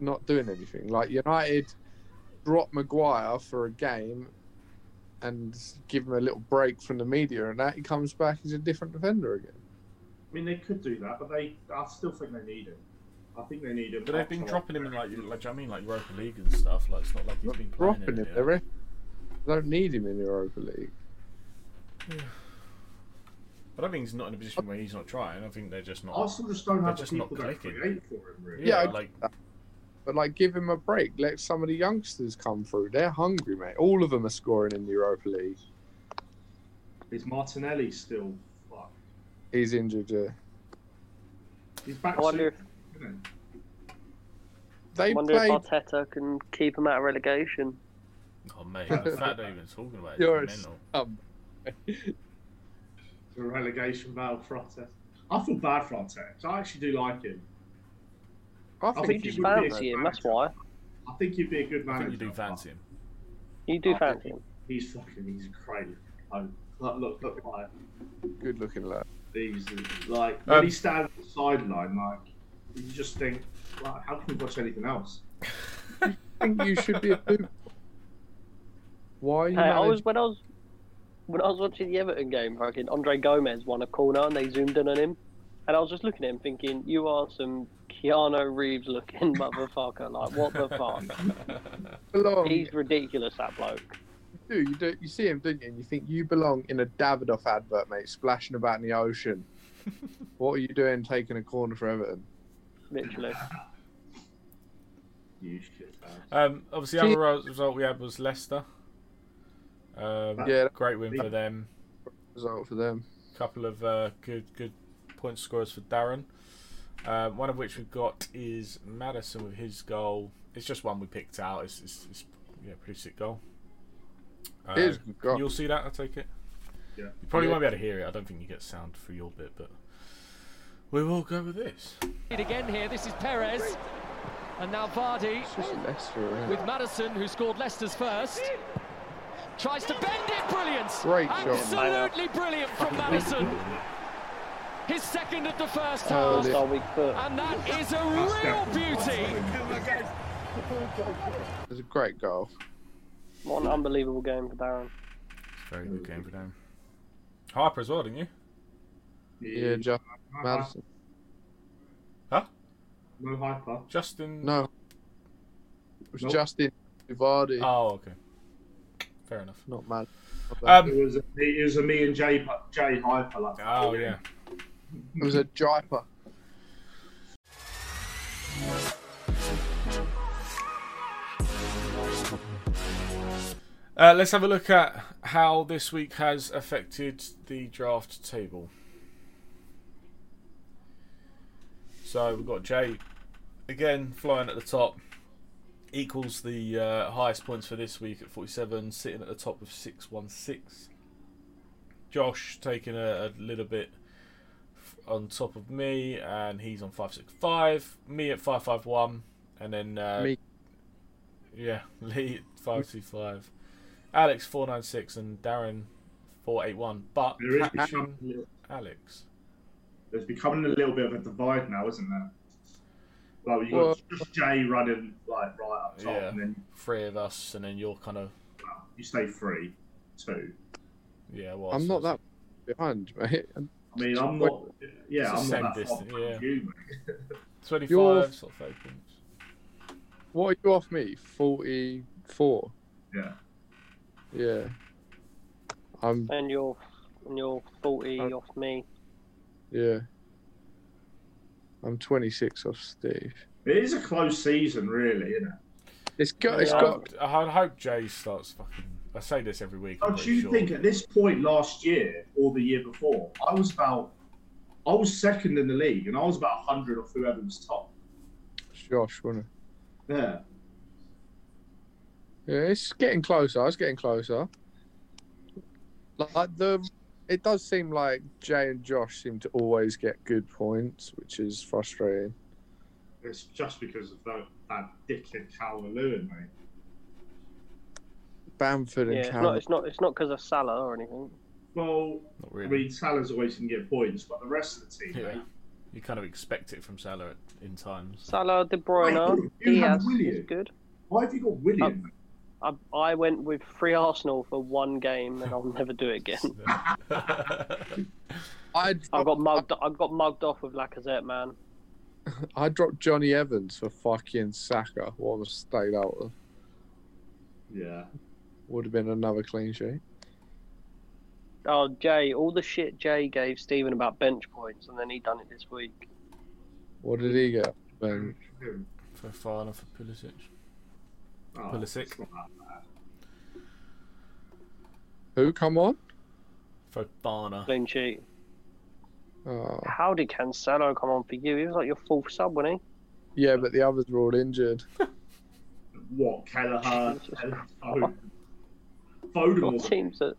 [SPEAKER 3] not doing anything. Like United drop Maguire for a game and give him a little break from the media and that he comes back he's a different defender again.
[SPEAKER 2] I mean, they could do that, but they. I still think they need him. I think they need him.
[SPEAKER 1] But they've been
[SPEAKER 2] up top.
[SPEAKER 1] dropping him in like, like do you know what I mean, like Europa League and stuff. Like it's not like he's been playing
[SPEAKER 3] Dropping
[SPEAKER 1] in
[SPEAKER 3] him.
[SPEAKER 1] it.
[SPEAKER 3] They re- they don't need him in the Europa League.
[SPEAKER 1] But I think he's not in a position where he's not trying. I think they're just not.
[SPEAKER 2] Arsenal just don't
[SPEAKER 1] They're
[SPEAKER 2] have
[SPEAKER 1] just
[SPEAKER 2] the
[SPEAKER 1] not
[SPEAKER 2] people that
[SPEAKER 1] clicking.
[SPEAKER 2] create for him, really.
[SPEAKER 1] yeah,
[SPEAKER 3] I-
[SPEAKER 1] like
[SPEAKER 3] But like give him a break. Let some of the youngsters come through. They're hungry, mate. All of them are scoring in the Europa League.
[SPEAKER 2] Is Martinelli still fuck?
[SPEAKER 3] He's injured. Yeah.
[SPEAKER 2] He's back
[SPEAKER 4] I wonder
[SPEAKER 2] soon,
[SPEAKER 4] if
[SPEAKER 2] isn't he?
[SPEAKER 3] They
[SPEAKER 4] wonder if
[SPEAKER 3] played.
[SPEAKER 4] Arteta can keep him out of relegation.
[SPEAKER 1] oh mate, the fact they're even talking about it is
[SPEAKER 3] You're a
[SPEAKER 1] mental.
[SPEAKER 3] scum.
[SPEAKER 2] the relegation battle for Arteta. I feel bad for Arteta. I actually do like him.
[SPEAKER 3] I
[SPEAKER 2] I
[SPEAKER 4] I
[SPEAKER 3] think
[SPEAKER 4] think
[SPEAKER 2] he would
[SPEAKER 4] you
[SPEAKER 2] be a
[SPEAKER 4] fancy
[SPEAKER 2] good
[SPEAKER 4] him. That's why
[SPEAKER 2] I think he'd be a good
[SPEAKER 1] I
[SPEAKER 2] manager.
[SPEAKER 1] think you do fancy him.
[SPEAKER 4] you do
[SPEAKER 3] I
[SPEAKER 4] fancy
[SPEAKER 2] think-
[SPEAKER 4] him.
[SPEAKER 2] He's fucking. He's crazy. Like, look, look, look like
[SPEAKER 3] good looking lad.
[SPEAKER 2] these. Like when
[SPEAKER 1] Um,
[SPEAKER 2] he stands on the sideline, like you just think, wow, how can we watch anything else?
[SPEAKER 3] I think you should be a boot. Why are you
[SPEAKER 4] Hey, I
[SPEAKER 3] managing-
[SPEAKER 4] was when I was when I was watching the Everton game, fucking Andre Gomez won a corner and they zoomed in on him, and I was just looking at him thinking, "You are some Keanu Reeves looking motherfucker. Like what the fuck?
[SPEAKER 2] Oh,
[SPEAKER 3] Belong,
[SPEAKER 4] He's ridiculous, that bloke."
[SPEAKER 3] do. You do. You see him, don't you? And you think you belong in a Davidoff advert, mate, splashing about in the ocean. what are you doing, taking a corner for Everton?
[SPEAKER 4] Literally,
[SPEAKER 2] You shit. man.
[SPEAKER 1] Um, obviously, the other res- result we had was Leicester. Um,
[SPEAKER 3] Yeah.
[SPEAKER 1] Great win for them.
[SPEAKER 3] Result for them.
[SPEAKER 1] couple of uh, good good point scorers for Darren. Um, one of which we've got is Madison with his goal. It's just one we picked out. It's, it's, it's yeah, pretty sick goal. Uh,
[SPEAKER 3] It is a good goal.
[SPEAKER 1] You'll see that, I take it.
[SPEAKER 2] Yeah.
[SPEAKER 1] You probably
[SPEAKER 3] Yeah.
[SPEAKER 1] won't be able to hear it. I don't think you get sound through your bit, but we will go with this.
[SPEAKER 7] It again here. This is Perez. And now Vardy
[SPEAKER 3] It's just Leicester. isn't it?
[SPEAKER 7] with Madison, who scored Leicester's first. Tries to bend it. Brilliant.
[SPEAKER 3] Great shot.
[SPEAKER 7] Absolutely brilliant from Madison. His second of the first
[SPEAKER 2] Oh,
[SPEAKER 7] half.
[SPEAKER 3] Holy-
[SPEAKER 4] last our week foot.
[SPEAKER 7] And that is a real
[SPEAKER 2] That's
[SPEAKER 7] beauty.
[SPEAKER 3] It's a great goal.
[SPEAKER 4] What an unbelievable game for Darren.
[SPEAKER 1] It's a very good game for them. Harper as well, didn't you?
[SPEAKER 3] Yeah, John
[SPEAKER 2] no, hyper.
[SPEAKER 3] Madison.
[SPEAKER 2] no hyper.
[SPEAKER 1] Justin.
[SPEAKER 3] No. It was
[SPEAKER 2] Nope.
[SPEAKER 3] Justin Vardy,
[SPEAKER 1] Oh, okay. Fair enough.
[SPEAKER 3] not Mad.
[SPEAKER 1] Um,
[SPEAKER 2] It was a, it was a me and Jay pu- Jay hyper like.
[SPEAKER 1] oh, yeah.
[SPEAKER 3] It was a jiper.
[SPEAKER 1] Uh, let's have a look at how this week has affected the draft table. So we've got Jay again flying at the top, equals the uh, highest points for this week at 47, sitting at the top with 616. Josh taking a, a little bit f- on top of me, and he's on 565. Me at 551, and then uh,
[SPEAKER 3] Me.
[SPEAKER 1] yeah, Lee five two five, Alex four nine six, and Darren four eight one. But
[SPEAKER 2] There is
[SPEAKER 1] catching
[SPEAKER 2] becoming a little,
[SPEAKER 1] Alex,
[SPEAKER 2] there's becoming a little bit of a divide now, isn't there? Like you got just Jay running like right up top,
[SPEAKER 1] Yeah.
[SPEAKER 2] and then
[SPEAKER 1] three of us, and then you're kind of
[SPEAKER 2] you stay three, two.
[SPEAKER 1] yeah. Well,
[SPEAKER 3] I'm
[SPEAKER 1] so
[SPEAKER 3] not
[SPEAKER 1] it's-
[SPEAKER 3] that behind, mate.
[SPEAKER 2] I mean, I'm not. Yeah,
[SPEAKER 1] It's the
[SPEAKER 2] I'm not
[SPEAKER 1] same
[SPEAKER 2] that far
[SPEAKER 1] distance,
[SPEAKER 2] behind
[SPEAKER 1] yeah.
[SPEAKER 2] you, mate.
[SPEAKER 1] 25
[SPEAKER 3] You're-
[SPEAKER 1] sort of opens.
[SPEAKER 3] What are you off me? Forty-four.
[SPEAKER 2] Yeah.
[SPEAKER 3] Yeah. I'm.
[SPEAKER 4] And you're and you're forty
[SPEAKER 3] Uh,
[SPEAKER 4] off me.
[SPEAKER 3] Yeah. I'm 26 off Steve.
[SPEAKER 2] It is a close season, really, isn't it?
[SPEAKER 3] It's got. It's
[SPEAKER 4] Yeah.
[SPEAKER 3] got.
[SPEAKER 1] I, I hope Jay starts fucking. I say this every week. I'm
[SPEAKER 2] Don't
[SPEAKER 1] pretty
[SPEAKER 2] you
[SPEAKER 1] sure.
[SPEAKER 2] think at this point last year or the year before, I was about, I was second in the league and I was about 100 off whoever was top.
[SPEAKER 3] Josh, wasn't
[SPEAKER 2] Yeah.
[SPEAKER 3] it? Yeah, it's getting closer. It's getting closer. Like the, it does seem like Jay and Josh seem to always get good points, which is frustrating.
[SPEAKER 2] It's just because of that, that dickhead Calvert Lewin, mate.
[SPEAKER 3] Bamford
[SPEAKER 4] Yeah,
[SPEAKER 3] and
[SPEAKER 4] it's
[SPEAKER 3] Cam.
[SPEAKER 4] not it's not it's not because of Salah or anything.
[SPEAKER 2] Well,
[SPEAKER 1] Not
[SPEAKER 2] I
[SPEAKER 1] really.
[SPEAKER 2] mean, Salah's always going to get points, but the rest of the team,
[SPEAKER 1] Yeah.
[SPEAKER 2] mate.
[SPEAKER 1] You kind of expect it from Salah at- in times.
[SPEAKER 4] Salah, De
[SPEAKER 2] Wait,
[SPEAKER 4] Bruyne,
[SPEAKER 2] you have
[SPEAKER 4] Diaz
[SPEAKER 2] Willian.
[SPEAKER 4] is good.
[SPEAKER 2] Why have you got William?
[SPEAKER 1] Oh.
[SPEAKER 2] mate?
[SPEAKER 4] I, I went with free Arsenal for one game and I'll never do it again.
[SPEAKER 3] I
[SPEAKER 4] I got
[SPEAKER 3] dropped,
[SPEAKER 4] mugged. I got mugged off with Lacazette, man.
[SPEAKER 3] I dropped Johnny Evans for fucking Saka. What was stayed out of
[SPEAKER 2] Yeah.
[SPEAKER 3] would have been another clean sheet.
[SPEAKER 4] Oh, Jay, all the shit Jay gave Steven about bench points, and then he done it this week.
[SPEAKER 3] What did he get? Um, Ben?
[SPEAKER 1] for Farner, for Pulisic.
[SPEAKER 2] Oh,
[SPEAKER 1] Pulisic.
[SPEAKER 2] it's not that bad.
[SPEAKER 3] Who come on?
[SPEAKER 1] For Farner.
[SPEAKER 4] Clean sheet.
[SPEAKER 3] Oh.
[SPEAKER 4] How did Cancelo come on for you? He was like your fourth sub, wasn't
[SPEAKER 3] Yeah, but the others were all injured.
[SPEAKER 2] What, Kelleher?
[SPEAKER 4] Jesus.
[SPEAKER 2] Kelleher-
[SPEAKER 4] he? Your
[SPEAKER 2] Foden. was-
[SPEAKER 4] team's a,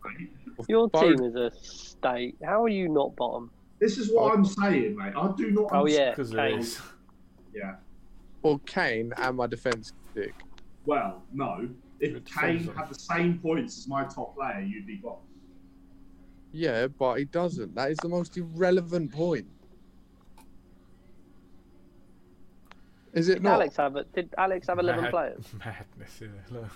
[SPEAKER 4] your
[SPEAKER 3] Foden.
[SPEAKER 4] team is a state. How are you not bottom?
[SPEAKER 2] This is what I'm saying, mate. I do not
[SPEAKER 4] Oh yeah,
[SPEAKER 1] Because it
[SPEAKER 4] Kane.
[SPEAKER 1] is.
[SPEAKER 2] Yeah.
[SPEAKER 3] Well, Kane and my defence stick.
[SPEAKER 2] Well, no. If
[SPEAKER 1] Good
[SPEAKER 2] Kane
[SPEAKER 1] defensive.
[SPEAKER 2] had the same points as my top player, you'd be gone.
[SPEAKER 3] Yeah, but he doesn't. That is the most irrelevant point. Is it
[SPEAKER 4] Did
[SPEAKER 3] not?
[SPEAKER 4] Alex have it? Did Alex have eleven
[SPEAKER 1] Mad-
[SPEAKER 4] players?
[SPEAKER 1] Madness, yeah. Look.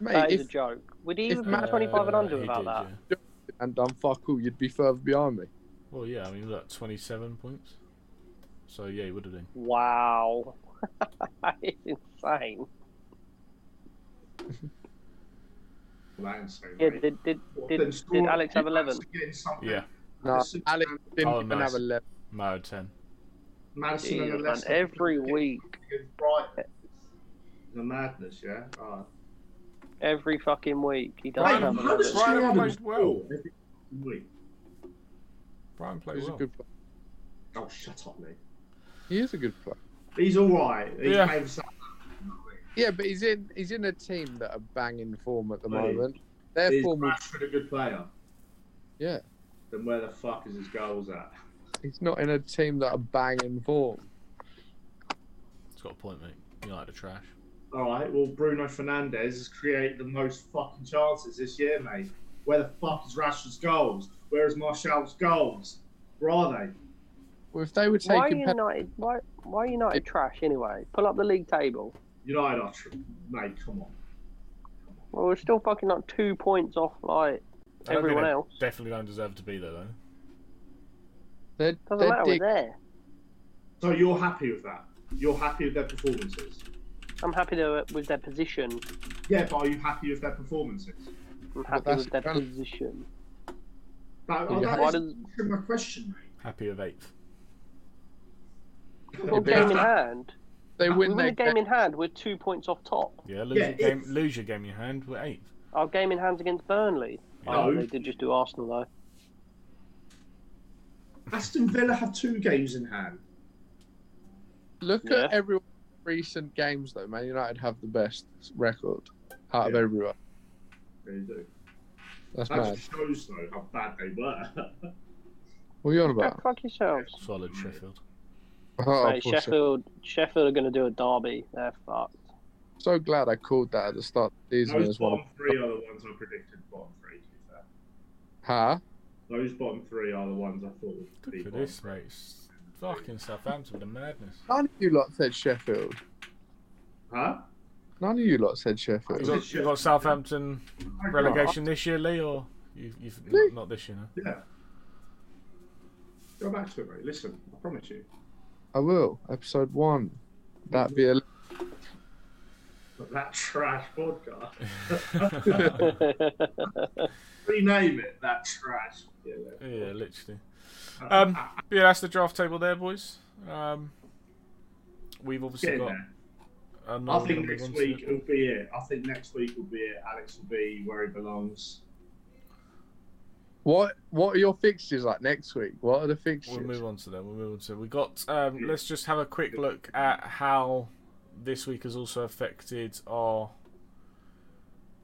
[SPEAKER 3] Mate,
[SPEAKER 4] That is a
[SPEAKER 3] if
[SPEAKER 4] joke. Would he
[SPEAKER 3] if
[SPEAKER 4] even
[SPEAKER 3] Matt-
[SPEAKER 4] be 25 and
[SPEAKER 3] Uh,
[SPEAKER 4] under
[SPEAKER 1] he
[SPEAKER 4] without
[SPEAKER 1] did,
[SPEAKER 4] that?
[SPEAKER 1] yeah.
[SPEAKER 3] and done fuck all, you'd be further behind me.
[SPEAKER 1] Well, yeah, I mean, look, 27 points. So, yeah, he would have been.
[SPEAKER 4] Wow. that is insane.
[SPEAKER 2] That insane,
[SPEAKER 4] Yeah,
[SPEAKER 2] mate.
[SPEAKER 4] did, did,
[SPEAKER 2] Well,
[SPEAKER 4] did,
[SPEAKER 2] then
[SPEAKER 4] did
[SPEAKER 2] score-
[SPEAKER 4] Alex have
[SPEAKER 2] Matt's
[SPEAKER 4] 11?
[SPEAKER 2] getting something.
[SPEAKER 1] Yeah,
[SPEAKER 3] No,
[SPEAKER 2] Madison-
[SPEAKER 3] Alex didn't
[SPEAKER 1] Oh,
[SPEAKER 3] even
[SPEAKER 1] nice.
[SPEAKER 3] have a left.
[SPEAKER 1] Mayo 10.
[SPEAKER 2] Madison
[SPEAKER 4] Yeah,
[SPEAKER 2] and the
[SPEAKER 4] man,
[SPEAKER 2] Leicester
[SPEAKER 4] every
[SPEAKER 2] get
[SPEAKER 4] week.
[SPEAKER 2] against Brighton. The madness, yeah. Alright.
[SPEAKER 4] Every fucking week he does
[SPEAKER 1] Right,
[SPEAKER 4] have
[SPEAKER 1] how does-
[SPEAKER 4] 11.
[SPEAKER 1] Brighton
[SPEAKER 2] Adam
[SPEAKER 1] played well.
[SPEAKER 2] score every fucking week?
[SPEAKER 1] Brian played
[SPEAKER 3] He's
[SPEAKER 1] well.
[SPEAKER 3] a good player.
[SPEAKER 2] Oh, shut up, mate.
[SPEAKER 3] He is a good player.
[SPEAKER 2] He's all right. He's
[SPEAKER 1] Yeah.
[SPEAKER 2] playing some-
[SPEAKER 3] Yeah, but he's in he's in a team that are banging form at the
[SPEAKER 2] Mate,
[SPEAKER 3] moment. Their
[SPEAKER 2] Is
[SPEAKER 3] form, will-
[SPEAKER 2] Rashford a good player?
[SPEAKER 3] yeah,
[SPEAKER 2] Then where the fuck is his goals at?
[SPEAKER 3] he's not in a team that are banging form.
[SPEAKER 1] It's got a point, mate. You like the trash.
[SPEAKER 2] All right. Well, Bruno Fernandez has created the most fucking chances this year, mate. Where the fuck is Rashford's goals? Where is Martial's goals? Where are they?
[SPEAKER 3] Well, if they were
[SPEAKER 4] Why are
[SPEAKER 3] taking pe-
[SPEAKER 4] United, why, why are United trash anyway? Pull up the league table.
[SPEAKER 2] United are, tr- mate. Come on.
[SPEAKER 4] Well, we're still fucking like two points off like
[SPEAKER 1] I don't think
[SPEAKER 4] everyone
[SPEAKER 1] they
[SPEAKER 4] else.
[SPEAKER 1] Definitely don't deserve to be there, though.
[SPEAKER 3] they're,
[SPEAKER 4] Doesn't
[SPEAKER 3] they're
[SPEAKER 4] matter,
[SPEAKER 3] dig-
[SPEAKER 4] we're there.
[SPEAKER 2] So you're happy with that? You're happy with their performances?
[SPEAKER 4] I'm happy to, with their position.
[SPEAKER 2] Yeah, but are you happy with their performances?
[SPEAKER 4] I'm happy
[SPEAKER 3] that's
[SPEAKER 4] with their
[SPEAKER 3] kind of-
[SPEAKER 4] position.
[SPEAKER 2] That,
[SPEAKER 3] Yeah.
[SPEAKER 2] that
[SPEAKER 4] Why
[SPEAKER 2] is
[SPEAKER 4] does-
[SPEAKER 2] my question, mate.
[SPEAKER 1] Happy of eighth.
[SPEAKER 4] Well,
[SPEAKER 3] but-
[SPEAKER 4] game in hand.
[SPEAKER 3] they
[SPEAKER 4] We
[SPEAKER 3] win
[SPEAKER 4] win
[SPEAKER 3] their
[SPEAKER 4] a game
[SPEAKER 3] game.
[SPEAKER 4] in hand. We're two points off top.
[SPEAKER 1] Yeah, lose
[SPEAKER 2] Yeah,
[SPEAKER 1] your game.
[SPEAKER 2] if-
[SPEAKER 1] Lose your game in your hand. We're eighth.
[SPEAKER 4] Our game in hand's against Burnley. Oh,
[SPEAKER 2] No.
[SPEAKER 4] they did just do Arsenal though.
[SPEAKER 2] Aston Villa have two games in hand.
[SPEAKER 3] Look
[SPEAKER 4] Yeah.
[SPEAKER 3] at everyone's recent games though. Man United have the best record out of
[SPEAKER 2] Yeah.
[SPEAKER 3] everyone.
[SPEAKER 2] They do.
[SPEAKER 3] That's
[SPEAKER 2] That
[SPEAKER 3] mad.
[SPEAKER 2] just shows, though, how bad they were.
[SPEAKER 3] What are you on
[SPEAKER 4] Go
[SPEAKER 3] about?
[SPEAKER 4] fuck yourselves.
[SPEAKER 1] Solid Sheffield.
[SPEAKER 3] Oh,
[SPEAKER 4] Mate,
[SPEAKER 3] poor Sheffield.
[SPEAKER 4] Sheffield, Sheffield are going to do a derby. They're fucked.
[SPEAKER 3] So glad I called that at the start of the season
[SPEAKER 2] Those
[SPEAKER 3] as well.
[SPEAKER 2] bottom three are the ones I predicted. Bottom three, to be fair.
[SPEAKER 3] Huh?
[SPEAKER 2] Those bottom three are the ones I thought would be
[SPEAKER 1] Look at
[SPEAKER 2] bottom
[SPEAKER 1] this,
[SPEAKER 2] three.
[SPEAKER 1] mate. It's fucking Southampton with the madness.
[SPEAKER 3] None of you lot said Sheffield.
[SPEAKER 2] Huh?
[SPEAKER 3] None of you lot said
[SPEAKER 1] You
[SPEAKER 3] Sheffield.
[SPEAKER 1] got, you got Southampton relegation this year, Lee, or you, you've
[SPEAKER 3] Lee?
[SPEAKER 1] not this year? No?
[SPEAKER 2] Yeah. Go back to it, mate. Listen, I promise you.
[SPEAKER 3] I will. Episode one. That'd be a
[SPEAKER 2] But that trash podcast.
[SPEAKER 4] That's
[SPEAKER 2] Rename it that trash. Yeah, yeah.
[SPEAKER 1] Yeah, literally. Um, but yeah, that's the draft table there, boys. Um, we've obviously
[SPEAKER 2] Get in
[SPEAKER 1] got.
[SPEAKER 2] there. I
[SPEAKER 1] another
[SPEAKER 2] think
[SPEAKER 1] number
[SPEAKER 2] next
[SPEAKER 1] one
[SPEAKER 2] week oh,
[SPEAKER 1] slip.
[SPEAKER 2] will be it. I think next week will be it. Alex will be where he belongs.
[SPEAKER 3] What What are your fixtures like next week? What are the fixtures?
[SPEAKER 1] We'll move on to them. We'll move on to. We got. Um, let's just have a quick look at how this week has also affected our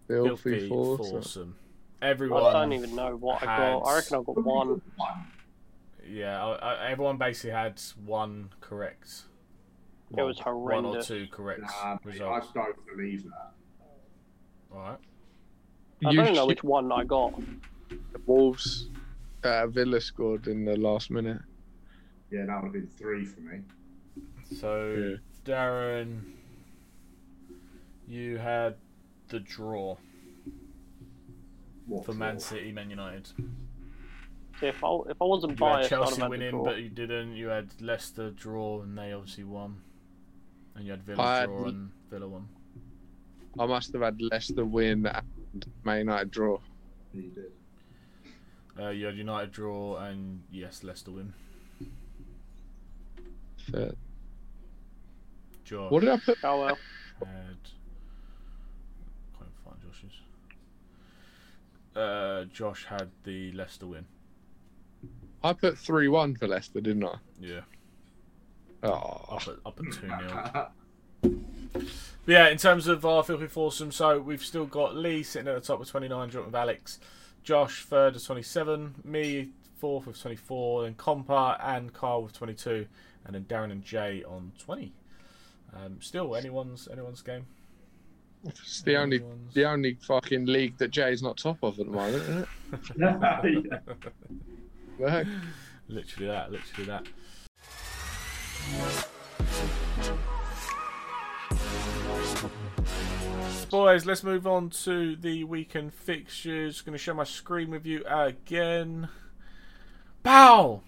[SPEAKER 3] Filthy
[SPEAKER 1] filthy
[SPEAKER 3] four.
[SPEAKER 1] foursome.
[SPEAKER 4] I don't
[SPEAKER 1] Everyone,
[SPEAKER 4] even know what I
[SPEAKER 1] Hands.
[SPEAKER 4] got. I reckon I got one.
[SPEAKER 1] yeah, I, I, everyone basically had one correct.
[SPEAKER 4] It was
[SPEAKER 1] One or
[SPEAKER 4] horrendous.
[SPEAKER 1] two correct
[SPEAKER 2] Nah, mate, I
[SPEAKER 1] results.
[SPEAKER 2] don't believe that.
[SPEAKER 1] All right.
[SPEAKER 4] I
[SPEAKER 3] You
[SPEAKER 4] don't know
[SPEAKER 3] shit
[SPEAKER 4] which one I got.
[SPEAKER 3] the Wolves. Uh, Villa scored in the last minute.
[SPEAKER 2] Yeah, that would have been three for me.
[SPEAKER 1] So Darren, you had the draw
[SPEAKER 2] What
[SPEAKER 1] for
[SPEAKER 2] four?
[SPEAKER 1] Man City, Man United.
[SPEAKER 4] See, if I if I wasn't
[SPEAKER 1] You had
[SPEAKER 4] biased, I'd have
[SPEAKER 1] Chelsea
[SPEAKER 4] had
[SPEAKER 1] winning,
[SPEAKER 4] the draw.
[SPEAKER 1] but you didn't. You had Leicester draw, and they obviously won. And you had Villa
[SPEAKER 3] I had-
[SPEAKER 1] draw, and Villa won.
[SPEAKER 3] I must have had Leicester win and Man United draw.
[SPEAKER 2] You did.
[SPEAKER 1] Uh, you had United draw, and yes, Leicester win.
[SPEAKER 3] Fair.
[SPEAKER 1] Josh
[SPEAKER 3] What did I put?
[SPEAKER 4] Oh well.
[SPEAKER 1] had. Can't find Josh's. Uh, Josh had the Leicester win.
[SPEAKER 3] I put three one for Leicester, didn't I?
[SPEAKER 1] Yeah,
[SPEAKER 3] Oh,
[SPEAKER 1] up at up at two 0 But yeah, in terms of our filthy foursome, so we've still got Lee sitting at the top with 29, joint with Alex, Josh third with 27, me fourth with 24, then Compar and Carl with 22, and then Darren and Jay on 20. Um, still anyone's anyone's game.
[SPEAKER 3] it's the only
[SPEAKER 1] Anyone's-
[SPEAKER 3] the only fucking league that Jay's not top of at the moment, isn't it?
[SPEAKER 2] Yeah.
[SPEAKER 3] The heck?
[SPEAKER 1] Literally that. Literally that. boys, let's move on to the weekend fixtures. Going to share my screen with you again. Bow.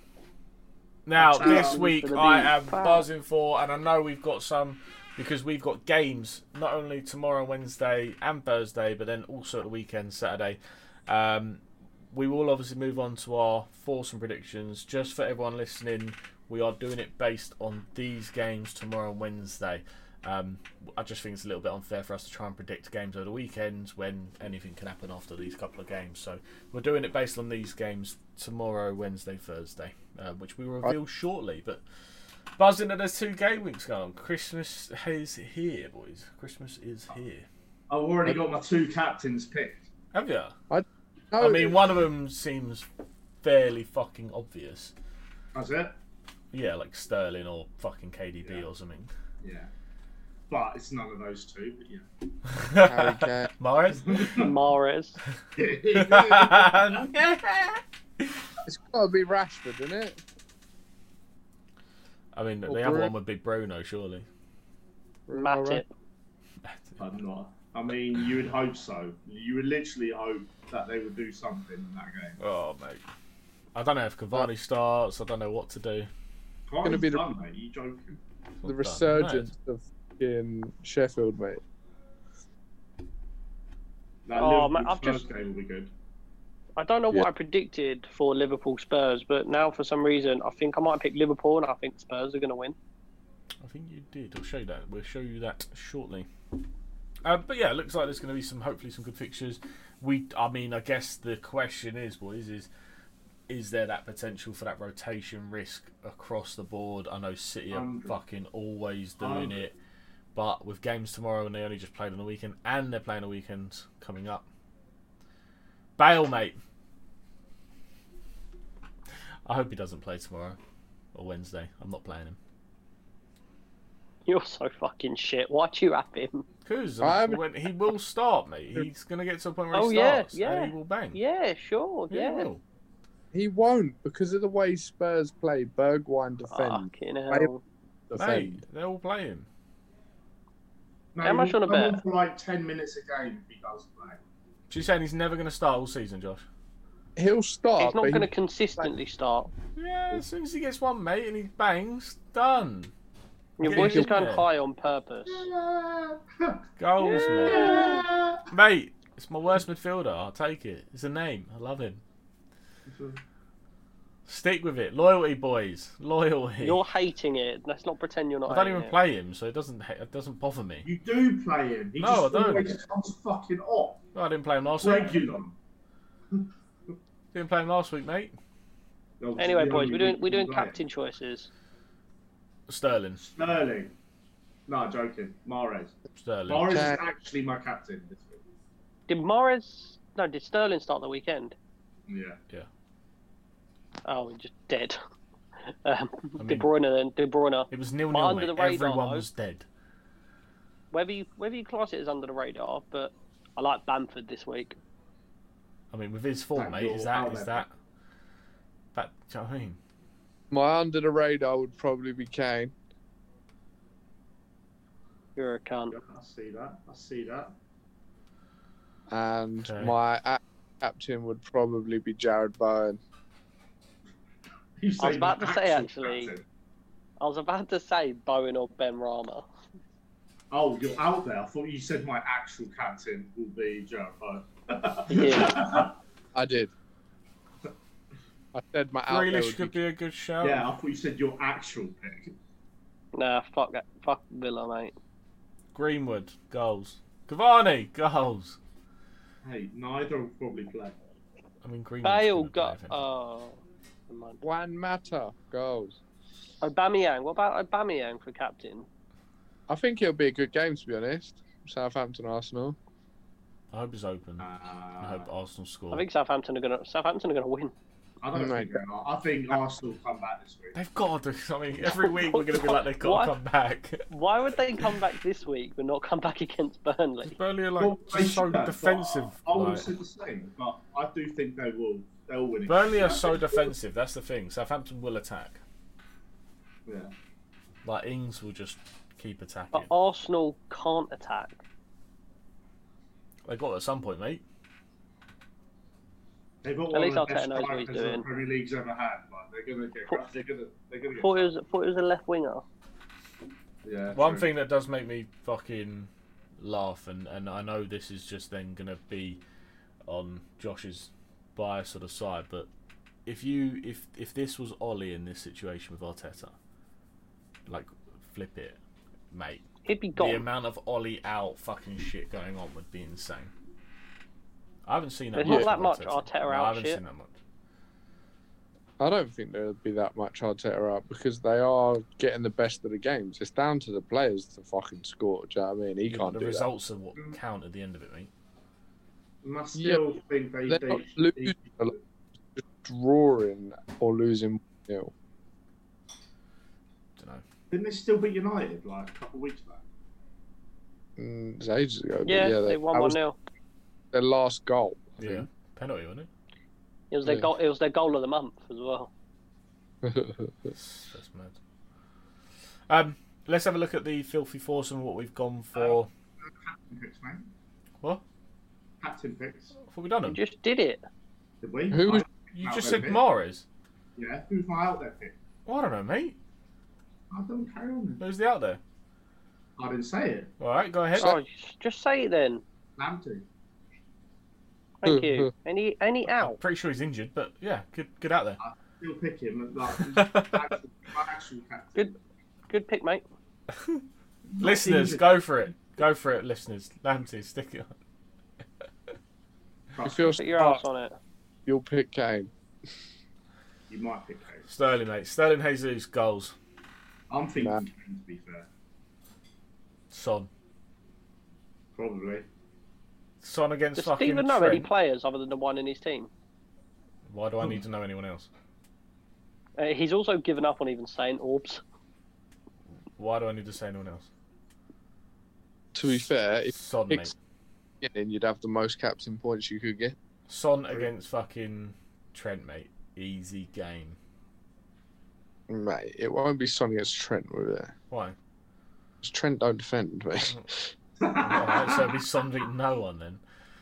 [SPEAKER 1] Now
[SPEAKER 4] Bow.
[SPEAKER 1] this week
[SPEAKER 4] Gonna be
[SPEAKER 1] I am
[SPEAKER 4] bow.
[SPEAKER 1] buzzing for, and I know we've got some because we've got games not only tomorrow, Wednesday, and Thursday, but then also at the weekend, Saturday. Um, we will obviously move on to our thoughts and predictions. Just for everyone listening, we are doing it based on these games tomorrow and Wednesday. Um, I just think it's a little bit unfair for us to try and predict games over the weekends when anything can happen after these couple of games. So we're doing it based on these games tomorrow, Wednesday, Thursday, uh, which we will reveal shortly. But buzzing that there's two game weeks going on. Christmas is here, boys. Christmas is here.
[SPEAKER 2] I've already got my two captains picked.
[SPEAKER 1] Have you?
[SPEAKER 3] No,
[SPEAKER 1] I mean, one of them seems fairly fucking obvious.
[SPEAKER 2] That's it.
[SPEAKER 1] Yeah, like Sterling or fucking KDB or something.
[SPEAKER 2] Yeah. But it's none of those two. But yeah.
[SPEAKER 3] Harry Kane.
[SPEAKER 1] Morris?
[SPEAKER 4] Mares.
[SPEAKER 3] It's got to be Rashford, isn't it?
[SPEAKER 1] I mean,
[SPEAKER 3] Or
[SPEAKER 1] the other
[SPEAKER 3] Bruno.
[SPEAKER 1] one would be Bruno, surely.
[SPEAKER 4] Matip.
[SPEAKER 2] I'm not. I mean, you would hope so. You would literally hope that they would do something in that game.
[SPEAKER 1] Oh, mate. I don't know if Cavani starts. I don't know what to do.
[SPEAKER 2] Can't
[SPEAKER 3] Gonna be the-
[SPEAKER 2] done, mate. You joking?
[SPEAKER 3] The resurgence of in Sheffield, mate.
[SPEAKER 2] That
[SPEAKER 4] Oh,
[SPEAKER 2] oh,
[SPEAKER 4] mate, I've
[SPEAKER 2] first
[SPEAKER 4] just-
[SPEAKER 2] game will be good.
[SPEAKER 4] I don't know
[SPEAKER 3] Yeah.
[SPEAKER 4] what I predicted for Liverpool Spurs, but now for some reason I think I might pick Liverpool and I think Spurs are going to win.
[SPEAKER 1] I think you did. I'll show you that. We'll show you that shortly. Uh, but yeah, it looks like there's going to be some, hopefully, some good fixtures. We, I mean, I guess the question is, boys, is is there that potential for that rotation risk across the board? I know City are
[SPEAKER 2] Hundred.
[SPEAKER 1] fucking always doing
[SPEAKER 2] Hundred.
[SPEAKER 1] it, but with games tomorrow and they only just played on the weekend, and they're playing a weekend coming up. Bale, mate. I hope he doesn't play tomorrow or Wednesday. I'm not playing him.
[SPEAKER 4] You're so fucking shit. Why do you have him?
[SPEAKER 1] Because
[SPEAKER 3] I haven't-
[SPEAKER 1] when he will start, mate. He's gonna get to a point where
[SPEAKER 4] Oh,
[SPEAKER 1] he
[SPEAKER 4] yeah,
[SPEAKER 1] starts
[SPEAKER 4] yeah,
[SPEAKER 1] and he will bang.
[SPEAKER 4] Yeah, sure.
[SPEAKER 1] he
[SPEAKER 4] Yeah.
[SPEAKER 1] will.
[SPEAKER 3] He won't because of the way Spurs play. Bergwijn defend.
[SPEAKER 4] Fucking hell.
[SPEAKER 3] defend.
[SPEAKER 1] Mate, they will play him.
[SPEAKER 2] No,
[SPEAKER 4] How much
[SPEAKER 2] he'll
[SPEAKER 4] on a
[SPEAKER 2] come
[SPEAKER 4] bet?
[SPEAKER 2] on for like ten minutes a game if he does play.
[SPEAKER 1] She's saying he's never gonna start all season, Josh.
[SPEAKER 3] He'll start.
[SPEAKER 4] He's not
[SPEAKER 3] but
[SPEAKER 4] going to
[SPEAKER 3] he-
[SPEAKER 4] consistently start.
[SPEAKER 1] Yeah, as soon as he gets one, mate, and he bangs, done.
[SPEAKER 4] Your
[SPEAKER 1] Yeah,
[SPEAKER 4] voice
[SPEAKER 1] he'll-
[SPEAKER 4] is turned
[SPEAKER 1] yeah.
[SPEAKER 4] high on purpose.
[SPEAKER 1] Goals, mate. Mate, it's my worst midfielder. I'll take it. It's a name. I love him. Stick with it. Loyalty, boys. Loyalty.
[SPEAKER 4] You're hating it. Let's not pretend you're not.
[SPEAKER 1] I don't
[SPEAKER 4] hating
[SPEAKER 1] even
[SPEAKER 4] it.
[SPEAKER 1] play him, so it doesn't it doesn't bother me.
[SPEAKER 2] You do play him. He
[SPEAKER 1] No,
[SPEAKER 2] just
[SPEAKER 1] I don't.
[SPEAKER 2] always comes fucking off.
[SPEAKER 1] No, I didn't play him last week.
[SPEAKER 2] Regular.
[SPEAKER 1] Didn't play him last week, mate.
[SPEAKER 4] Anyway, boys, we're doing we're doing captain choices.
[SPEAKER 1] Sterling.
[SPEAKER 2] Sterling. No, joking. Mares.
[SPEAKER 1] Sterling.
[SPEAKER 2] Mares is
[SPEAKER 3] Okay.
[SPEAKER 2] actually my captain this week.
[SPEAKER 4] Did Morris? No, did Sterling start the weekend?
[SPEAKER 2] Yeah.
[SPEAKER 4] Oh, we're just dead. Um, De
[SPEAKER 1] mean-
[SPEAKER 4] Bruyne then De Bruyne.
[SPEAKER 1] It was nil
[SPEAKER 4] But
[SPEAKER 1] nil.
[SPEAKER 4] under
[SPEAKER 1] Mate.
[SPEAKER 4] the radar,
[SPEAKER 1] Everyone
[SPEAKER 4] though.
[SPEAKER 1] was dead.
[SPEAKER 4] Whether you whether you class it as under the radar, but I like Bamford this week.
[SPEAKER 1] I mean, with his form,
[SPEAKER 2] That
[SPEAKER 1] mate, is
[SPEAKER 2] goal,
[SPEAKER 1] that
[SPEAKER 2] how
[SPEAKER 1] is
[SPEAKER 2] they-
[SPEAKER 1] that that? Do you know what I mean?
[SPEAKER 3] my under the radar would probably be Kane.
[SPEAKER 4] You're a cunt.
[SPEAKER 2] Yeah, I see that. I see that.
[SPEAKER 3] and
[SPEAKER 1] Okay.
[SPEAKER 3] my a- captain would probably be Jared Bowen.
[SPEAKER 2] You say
[SPEAKER 4] about to say,
[SPEAKER 2] actual
[SPEAKER 4] actually-
[SPEAKER 2] captain.
[SPEAKER 4] I was about to say Bowen or Ben Rama.
[SPEAKER 2] Oh, you're out there. I thought you said my actual captain will be Jared Bowen.
[SPEAKER 4] Yeah.
[SPEAKER 3] I did. I said my out there
[SPEAKER 1] Grealish
[SPEAKER 3] would
[SPEAKER 1] could
[SPEAKER 3] be
[SPEAKER 1] be a good shout.
[SPEAKER 2] yeah, I thought you said your actual pick.
[SPEAKER 4] Nah, fuck that. Fuck Villa, mate.
[SPEAKER 1] Greenwood goals. Cavani goals.
[SPEAKER 2] Hey, neither will probably play.
[SPEAKER 1] I mean, Greenwood.
[SPEAKER 4] Bale got. Oh. never mind.
[SPEAKER 3] Juan Mata goals.
[SPEAKER 4] Aubameyang. What about Aubameyang for captain?
[SPEAKER 3] I think it'll be a good game to be honest. Southampton Arsenal.
[SPEAKER 1] I hope it's open. I
[SPEAKER 2] Uh,
[SPEAKER 1] hope Arsenal score.
[SPEAKER 4] I think Southampton are gonna Southampton are gonna win.
[SPEAKER 2] I don't
[SPEAKER 3] Oh my
[SPEAKER 2] think they are. I think Arsenal come back this week.
[SPEAKER 1] They've got to. do- I mean, every week we're going to be like they've got
[SPEAKER 4] What?
[SPEAKER 1] to come back.
[SPEAKER 4] Why would they come back this week but not come back against Burnley?
[SPEAKER 1] Burnley are like
[SPEAKER 2] Well, they
[SPEAKER 1] just so
[SPEAKER 2] should have, but
[SPEAKER 1] defensive.
[SPEAKER 2] I would
[SPEAKER 1] like.
[SPEAKER 2] have said the same, but I do think they will. They'll win it.
[SPEAKER 1] Burnley are so defensive. That's the thing. Southampton will attack.
[SPEAKER 2] Yeah.
[SPEAKER 1] Like Ings will just keep attacking.
[SPEAKER 4] But Arsenal can't attack.
[SPEAKER 1] They got it at some point, mate.
[SPEAKER 2] They've got
[SPEAKER 4] At
[SPEAKER 2] one
[SPEAKER 4] least
[SPEAKER 2] of the
[SPEAKER 4] Arteta
[SPEAKER 2] best
[SPEAKER 4] knows what he's
[SPEAKER 2] strikers the
[SPEAKER 4] doing.
[SPEAKER 2] Premier League's ever had. Like they're gonna get,
[SPEAKER 4] Put-
[SPEAKER 2] they're gonna, they're gonna get.
[SPEAKER 4] Thought it was, thought it was a left winger.
[SPEAKER 2] yeah,
[SPEAKER 1] One
[SPEAKER 2] true.
[SPEAKER 1] thing that does make me fucking laugh, and, and I know this is just then going to be on Josh's bias sort of side, but if you if if this was Ollie in this situation with Arteta, like flip it, mate.
[SPEAKER 4] He'd be
[SPEAKER 1] The
[SPEAKER 4] gone.
[SPEAKER 1] amount of Ollie out fucking shit going on would be insane. I haven't seen that.
[SPEAKER 4] There's
[SPEAKER 1] much
[SPEAKER 4] not
[SPEAKER 1] of
[SPEAKER 4] that much Arteta
[SPEAKER 1] No,
[SPEAKER 4] out
[SPEAKER 1] I haven't
[SPEAKER 4] shit.
[SPEAKER 1] seen that much.
[SPEAKER 3] I don't think there would be that much Arteta out because they are getting the best of the games. It's down to the players to fucking score. Do you know what I mean? He can't
[SPEAKER 1] the
[SPEAKER 3] do that.
[SPEAKER 1] results are what count at the end of it, mate.
[SPEAKER 2] I still think they,
[SPEAKER 3] They're
[SPEAKER 2] they,
[SPEAKER 3] not losing a lot. Drawing or losing nil.
[SPEAKER 1] Don't know.
[SPEAKER 2] didn't they still beat United like a couple of weeks back?
[SPEAKER 3] Mm, it's ages ago. but
[SPEAKER 4] Yeah,
[SPEAKER 3] yeah
[SPEAKER 4] they
[SPEAKER 3] that-
[SPEAKER 4] won
[SPEAKER 3] that
[SPEAKER 4] one
[SPEAKER 3] was
[SPEAKER 4] 0
[SPEAKER 3] Their last goal. I
[SPEAKER 1] Yeah, penalty, wasn't it?
[SPEAKER 4] It was their
[SPEAKER 3] Yeah.
[SPEAKER 4] goal. It was their goal of the month as well.
[SPEAKER 3] think.
[SPEAKER 1] That's mad. Um, let's have a look at the filthy foursome and what we've gone for.
[SPEAKER 2] Captain picks, mate.
[SPEAKER 1] What?
[SPEAKER 2] Captain picks.
[SPEAKER 1] What have we done?
[SPEAKER 4] You
[SPEAKER 1] Them?
[SPEAKER 4] just did it.
[SPEAKER 2] Did we?
[SPEAKER 3] Who was-
[SPEAKER 1] You
[SPEAKER 2] Out
[SPEAKER 1] just
[SPEAKER 2] there,
[SPEAKER 1] said
[SPEAKER 2] mate.
[SPEAKER 1] Mares.
[SPEAKER 2] Yeah. Who's my out there pick?
[SPEAKER 1] Well, I don't know, mate.
[SPEAKER 2] I don't carry on. then.
[SPEAKER 1] Who's the out there?
[SPEAKER 2] I didn't say it.
[SPEAKER 1] All right, go ahead.
[SPEAKER 4] Oh, just say it then.
[SPEAKER 2] Lamptey.
[SPEAKER 4] Thank you.
[SPEAKER 3] Mm-hmm.
[SPEAKER 4] Any any
[SPEAKER 1] I'm
[SPEAKER 4] out?
[SPEAKER 1] pretty sure he's injured, but yeah, good, good out there.
[SPEAKER 2] Still pick him. Like, he's my actual, my actual captain.
[SPEAKER 4] Good, good pick, mate.
[SPEAKER 1] Listeners,
[SPEAKER 2] injured.
[SPEAKER 1] go for it. Go for it, listeners. Lamptey, stick it on.
[SPEAKER 3] if you're
[SPEAKER 4] Put your
[SPEAKER 3] smart,
[SPEAKER 4] ass
[SPEAKER 1] Oh,
[SPEAKER 4] on it.
[SPEAKER 3] you'll pick Kane.
[SPEAKER 2] You might pick Hayes.
[SPEAKER 1] Sterling, mate. Sterling Jesus, goals.
[SPEAKER 2] I'm thinking
[SPEAKER 3] Nah.
[SPEAKER 2] Kane, to be fair.
[SPEAKER 1] Son.
[SPEAKER 2] Probably.
[SPEAKER 1] Son against
[SPEAKER 4] Does
[SPEAKER 1] fucking
[SPEAKER 4] Steven know any
[SPEAKER 1] Trent.
[SPEAKER 4] players other than the one in his team?
[SPEAKER 1] Why do I need to know anyone else?
[SPEAKER 4] Uh, he's also given up on even saying orbs.
[SPEAKER 1] Why do I need to say anyone else?
[SPEAKER 3] To be fair, if
[SPEAKER 1] Son,
[SPEAKER 3] Pick-
[SPEAKER 1] mate.
[SPEAKER 3] you get in, you'd have the most captain points you could get.
[SPEAKER 1] Son against fucking Trent, mate. Easy game.
[SPEAKER 3] Mate, it won't be Son against Trent, will it?
[SPEAKER 1] Why?
[SPEAKER 3] 'Cause Trent don't defend, mate.
[SPEAKER 1] Mm. Alright, so it'd be Son beat no one then.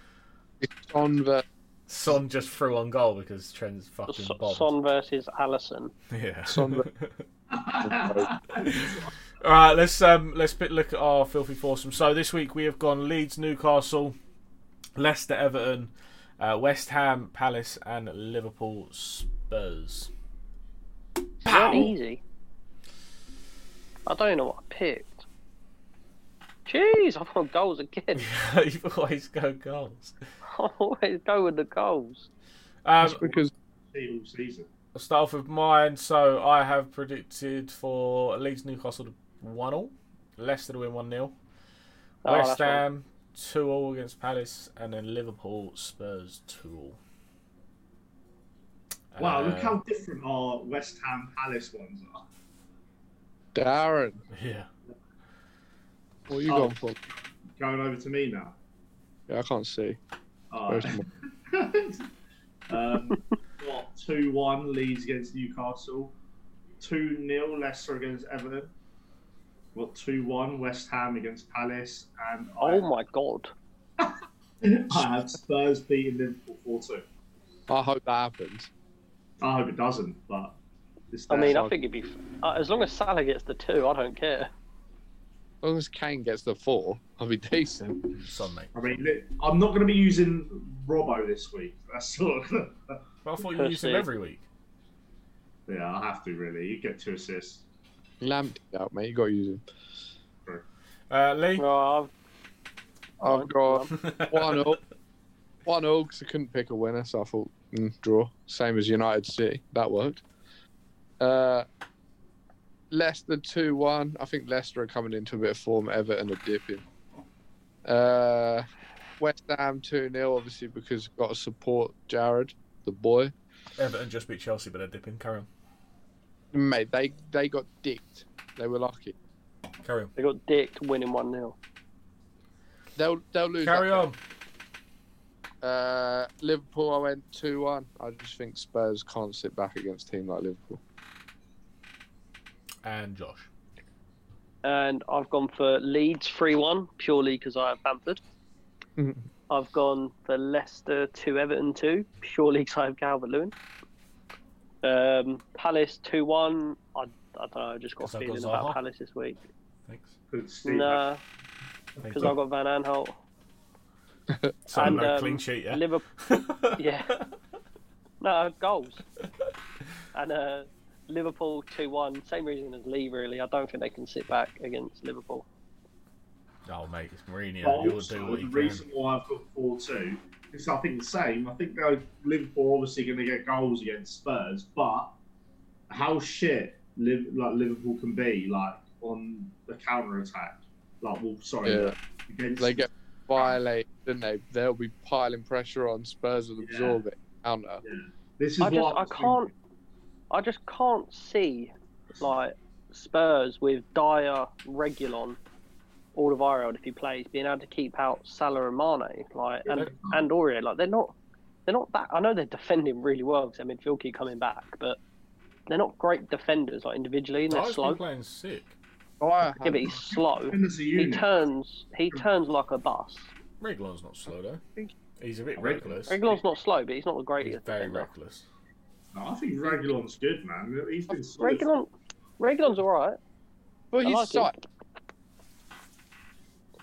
[SPEAKER 3] It's on the
[SPEAKER 1] Son just threw on goal because Trent's fucking
[SPEAKER 4] So-
[SPEAKER 1] bombed.
[SPEAKER 4] Son versus Allison.
[SPEAKER 1] yeah.
[SPEAKER 3] Son-
[SPEAKER 1] All right, let's um, let's bit look at our filthy foursome. So this week we have gone Leeds, Newcastle, Leicester, Everton, uh, West Ham, Palace, and Liverpool Spurs.
[SPEAKER 4] Not easy. I don't even know what I picked. Jeez, I've got goals again.
[SPEAKER 1] you always go goals.
[SPEAKER 4] I always go with the goals.
[SPEAKER 1] Um,
[SPEAKER 3] because
[SPEAKER 2] See all season.
[SPEAKER 1] I'll start off with mine. So I have predicted for Leeds Newcastle to 1 all, Leicester to win 1 0,
[SPEAKER 4] Oh,
[SPEAKER 1] West
[SPEAKER 4] that's right.
[SPEAKER 1] Ham 2 all against Palace, and then Liverpool Spurs 2 all. Uh,
[SPEAKER 2] Wow,
[SPEAKER 3] Uh,
[SPEAKER 2] look how different our West Ham Palace ones are.
[SPEAKER 3] Darren,
[SPEAKER 1] Yeah.
[SPEAKER 3] what are you
[SPEAKER 2] Oh.
[SPEAKER 3] going for?
[SPEAKER 2] Going over to me now.
[SPEAKER 3] Yeah, I can't see.
[SPEAKER 2] Uh,
[SPEAKER 3] Where's my-
[SPEAKER 2] um, what, 2 1 Leeds against Newcastle, 2 0 Leicester against Everton, what, 2 1 West Ham against Palace, and
[SPEAKER 4] Oh my god.
[SPEAKER 2] I, I have Spurs beating Liverpool 4 2.
[SPEAKER 3] I hope that happens.
[SPEAKER 2] I hope it doesn't, but it's
[SPEAKER 4] I
[SPEAKER 2] there.
[SPEAKER 4] mean, I think it'd be uh, as long as Salah gets the two, I don't care.
[SPEAKER 3] As long as Kane gets the four, I'll be decent.
[SPEAKER 1] Son, mate.
[SPEAKER 2] I mean, li- I'm not going to be using Robbo this week. That's all.
[SPEAKER 1] But I thought you used him
[SPEAKER 4] Pussy.
[SPEAKER 1] every week.
[SPEAKER 2] yeah, I have to really. You get two assists.
[SPEAKER 3] Lamped out, mate. You got to use him.
[SPEAKER 1] Uh, Lee?
[SPEAKER 4] Right, I've-
[SPEAKER 3] I've got one
[SPEAKER 1] all.
[SPEAKER 3] up, one up because I couldn't pick a winner, so I thought mm, draw. Same as United City, that worked. Uh, Leicester two one. I think Leicester are coming into a bit of form. Everton are dipping. Uh, West Ham two 0 obviously because got to support Jared, the boy.
[SPEAKER 1] Everton just beat Chelsea, but they're dipping. Carry on.
[SPEAKER 3] Mate, they they got dicked. They were lucky.
[SPEAKER 1] Carry on.
[SPEAKER 4] they got dicked winning 1 0.
[SPEAKER 3] They'll they'll lose.
[SPEAKER 1] Carry
[SPEAKER 3] that
[SPEAKER 1] on.
[SPEAKER 3] Uh, Liverpool, I went 2 1. I just think Spurs can't sit back against a team like Liverpool.
[SPEAKER 1] And Josh.
[SPEAKER 4] And I've gone for Leeds 3 1, purely because I have Bamford. I've gone for Leicester two Everton two, purely because I have Calvert Lewin. Um, Palace two one. I, I don't know. I just got
[SPEAKER 1] 'Cause
[SPEAKER 4] a
[SPEAKER 1] I've got
[SPEAKER 4] feeling about
[SPEAKER 1] Zaha.
[SPEAKER 4] Palace this week.
[SPEAKER 1] Thanks.
[SPEAKER 2] Good Steve.
[SPEAKER 4] Nah,
[SPEAKER 1] Thanks.
[SPEAKER 4] because I've got Van Aanholt.
[SPEAKER 1] So
[SPEAKER 4] and,
[SPEAKER 1] no
[SPEAKER 4] um,
[SPEAKER 1] clean sheet, yeah.
[SPEAKER 4] Liverpool. yeah. No goals. And uh, Liverpool two one. Same reason as Lee. Really, I don't think they can sit back against Liverpool.
[SPEAKER 1] Oh mate, it's Mourinho.
[SPEAKER 2] But
[SPEAKER 1] He'll
[SPEAKER 2] also,
[SPEAKER 1] do what he
[SPEAKER 2] the
[SPEAKER 1] can.
[SPEAKER 2] reason why I've got 4 2 is I think the same. I think they'll- Liverpool are obviously going to get goals against Spurs, but how shit Liv, like Liverpool can be like on the counter attack. Like, well, sorry,
[SPEAKER 3] Yeah.
[SPEAKER 2] against
[SPEAKER 3] They get violated, didn't they? They'll be piling pressure on. Spurs will absorb it. Counter.
[SPEAKER 2] this is
[SPEAKER 4] I just
[SPEAKER 2] what
[SPEAKER 4] I
[SPEAKER 2] was
[SPEAKER 4] can't I just can't see like Spurs with Dyer, Regulon, Alderweireld if he plays being able to keep out Salah and Mane like
[SPEAKER 2] Yeah,
[SPEAKER 4] and
[SPEAKER 2] they
[SPEAKER 4] and Aurier like they're not they're not that I know they're defending really well because their midfield keep coming back but they're not great defenders like individually and they're
[SPEAKER 1] Dyer's
[SPEAKER 4] slow.
[SPEAKER 1] been playing sick.
[SPEAKER 3] Dyer
[SPEAKER 4] Yeah, but
[SPEAKER 3] had-
[SPEAKER 4] he's slow.
[SPEAKER 2] thinking. As a
[SPEAKER 4] He
[SPEAKER 2] unit,
[SPEAKER 4] turns he turns like a bus.
[SPEAKER 1] Regulon's not slow though.
[SPEAKER 4] Think-
[SPEAKER 1] He's a bit reckless.
[SPEAKER 4] Regulon's not slow but he's not the
[SPEAKER 1] He's
[SPEAKER 4] greatest.
[SPEAKER 1] very
[SPEAKER 4] defender.
[SPEAKER 1] reckless.
[SPEAKER 2] I think Regulon's good, man. He's been solid.
[SPEAKER 4] Regulon Regulon's all right.
[SPEAKER 3] Before
[SPEAKER 4] I
[SPEAKER 3] his
[SPEAKER 4] like
[SPEAKER 3] size,
[SPEAKER 4] him.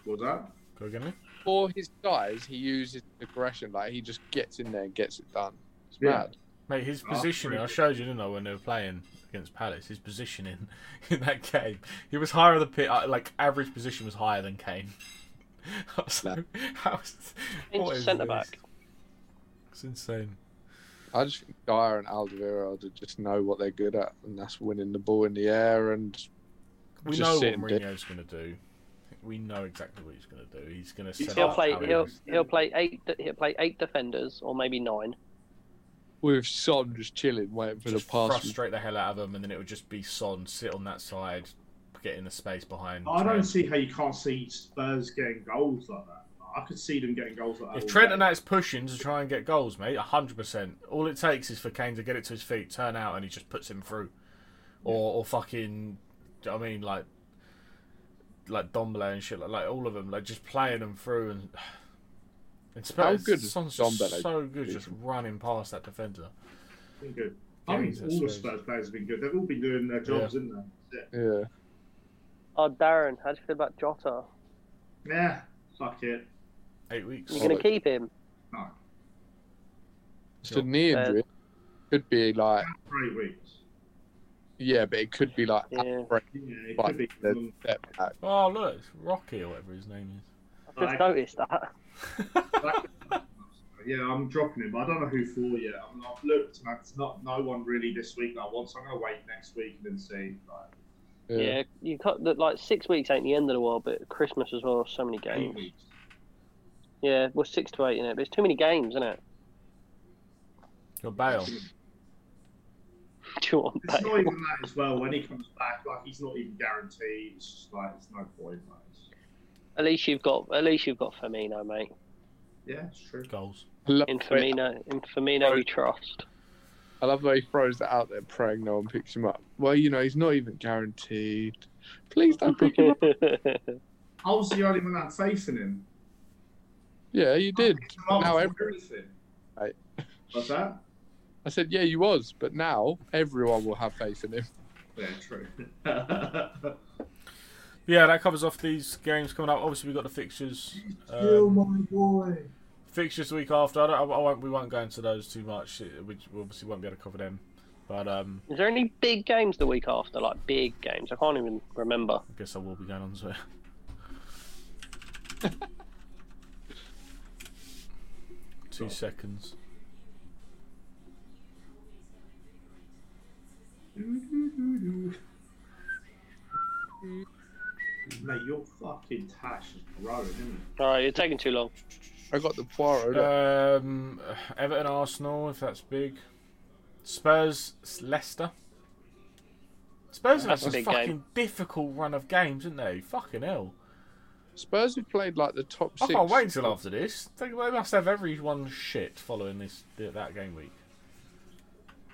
[SPEAKER 2] Was that?
[SPEAKER 1] Go again, Lee.
[SPEAKER 3] before his size, he uses aggression. Like he just gets in there and gets it done. It's
[SPEAKER 2] Yeah.
[SPEAKER 3] mad.
[SPEAKER 1] Mate, his
[SPEAKER 2] Oh,
[SPEAKER 1] positioning, I
[SPEAKER 2] pretty good.
[SPEAKER 1] showed you, didn't I, when they were playing against Palace, his positioning in that game, he was higher on the pit, uh, like, average position was higher than Kane. I was like, how is,
[SPEAKER 4] He's
[SPEAKER 1] what is
[SPEAKER 4] centre
[SPEAKER 1] this?
[SPEAKER 4] back.
[SPEAKER 1] It's insane.
[SPEAKER 3] I just think Dyer and Alderweireld just know what they're good at, and that's winning the ball in the air and
[SPEAKER 1] We
[SPEAKER 3] Just
[SPEAKER 1] know what
[SPEAKER 3] sit and dip.
[SPEAKER 1] Mourinho's going to do. We know exactly what he's going to do. He's going to
[SPEAKER 2] He's
[SPEAKER 1] set
[SPEAKER 4] He'll
[SPEAKER 1] up
[SPEAKER 4] play.
[SPEAKER 1] how he
[SPEAKER 4] He'll
[SPEAKER 1] wants.
[SPEAKER 4] he'll play eight. He'll play eight defenders, or maybe nine.
[SPEAKER 3] with Son just chilling, waiting for
[SPEAKER 1] just
[SPEAKER 3] the pass.
[SPEAKER 1] frustrate the hell out of him, and then it would just be Son sit on that side, get in the space behind.
[SPEAKER 2] I don't
[SPEAKER 1] Trent.
[SPEAKER 2] see how you can't see Spurs getting goals like that. I could see them getting goals like that.
[SPEAKER 1] If
[SPEAKER 2] all
[SPEAKER 1] Trent
[SPEAKER 2] day.
[SPEAKER 1] and that's pushing to try and get goals, mate, hundred percent. All it takes is for Kane to get it to his feet, turn out, and he just puts him through, or or fucking, do you know what I mean, like, like Dombele and shit, like, like all of them, like just playing them through and. And Spurs,
[SPEAKER 3] good is
[SPEAKER 1] Son's
[SPEAKER 3] Dombele?
[SPEAKER 1] So good, just running past that defender.
[SPEAKER 2] Been good.
[SPEAKER 1] Yeah,
[SPEAKER 2] I think
[SPEAKER 1] he's at
[SPEAKER 2] all the
[SPEAKER 1] Spurs.
[SPEAKER 2] Spurs players have been good. They've all been doing their jobs, haven't they? That's
[SPEAKER 3] Yeah,
[SPEAKER 4] Oh, Darren, how do you feel about Jota?
[SPEAKER 2] it. Yeah, fuck it.
[SPEAKER 1] Eight weeks.
[SPEAKER 4] You're
[SPEAKER 3] Oh,
[SPEAKER 4] going
[SPEAKER 3] but-
[SPEAKER 4] to keep him?
[SPEAKER 2] No,
[SPEAKER 3] it's a knee
[SPEAKER 4] Uh,
[SPEAKER 3] injury. Could be like
[SPEAKER 2] three weeks.
[SPEAKER 3] yeah, but it could be like
[SPEAKER 4] Yeah.
[SPEAKER 3] outbreak,
[SPEAKER 2] Yeah, it
[SPEAKER 3] Right.
[SPEAKER 2] could be.
[SPEAKER 3] the step back.
[SPEAKER 1] Oh look, it's Rocky or whatever his name
[SPEAKER 4] I've just
[SPEAKER 2] Like-
[SPEAKER 4] noticed that.
[SPEAKER 2] yeah, I'm dropping him, but I don't know who for yet. I mean, I've looked, and it's not no one really this week that I want. So I'm gonna wait next week and then see. Like,
[SPEAKER 4] Yeah,
[SPEAKER 3] Yeah.
[SPEAKER 4] you cut the, like six weeks ain't the end of the world, but Christmas as well. So many
[SPEAKER 2] eight
[SPEAKER 4] games.
[SPEAKER 2] weeks.
[SPEAKER 4] Yeah, well, six to eight in it, but it's too many games, isn't it?
[SPEAKER 1] is. Or Bale.
[SPEAKER 4] Do you want
[SPEAKER 2] It's
[SPEAKER 4] that?
[SPEAKER 2] not even that as well. When he comes back, like he's not even guaranteed. It's just like it's no point. Like, it's-
[SPEAKER 4] At least you've got at least you've got Firmino, mate.
[SPEAKER 2] yeah, it's true.
[SPEAKER 1] Goals.
[SPEAKER 3] Lo-
[SPEAKER 4] In Firmino, in Firmino we trust.
[SPEAKER 3] I love the way he throws that out there, praying no one picks him up. Well, you know, he's not even guaranteed. Please don't pick him up.
[SPEAKER 2] I was the only one that had faith in him.
[SPEAKER 3] Yeah, you did.
[SPEAKER 2] Mark
[SPEAKER 3] Now
[SPEAKER 2] for
[SPEAKER 3] every-
[SPEAKER 2] everything.
[SPEAKER 3] Right.
[SPEAKER 2] What's that?
[SPEAKER 3] I said, yeah, you was, but now everyone will have faith in him.
[SPEAKER 2] Yeah, true. oh
[SPEAKER 1] Yeah, that covers off these games coming up. Obviously, we've got the fixtures. um,
[SPEAKER 2] my boy.
[SPEAKER 1] fixtures the week after. I don't, I, won't, we won't go into those too much. It- We we obviously won't be able to cover them, but um,
[SPEAKER 4] Is there any big games the week after? Like big games? I can't even remember.
[SPEAKER 1] I guess I will be going on to it. Two seconds.
[SPEAKER 2] Mate, your fucking tash is growing, isn't
[SPEAKER 4] All right, you're taking too long.
[SPEAKER 3] I got the Poirot.
[SPEAKER 1] Um, Everton, Arsenal, if that's big. Spurs, Leicester. Spurs have
[SPEAKER 4] That's a
[SPEAKER 1] had a
[SPEAKER 4] big
[SPEAKER 1] fucking
[SPEAKER 4] game.
[SPEAKER 1] difficult run of games, didn't they? Fucking hell.
[SPEAKER 3] Spurs have played like the top
[SPEAKER 1] I
[SPEAKER 3] six.
[SPEAKER 1] can't wait until after this. They they must have everyone shit following this that game week.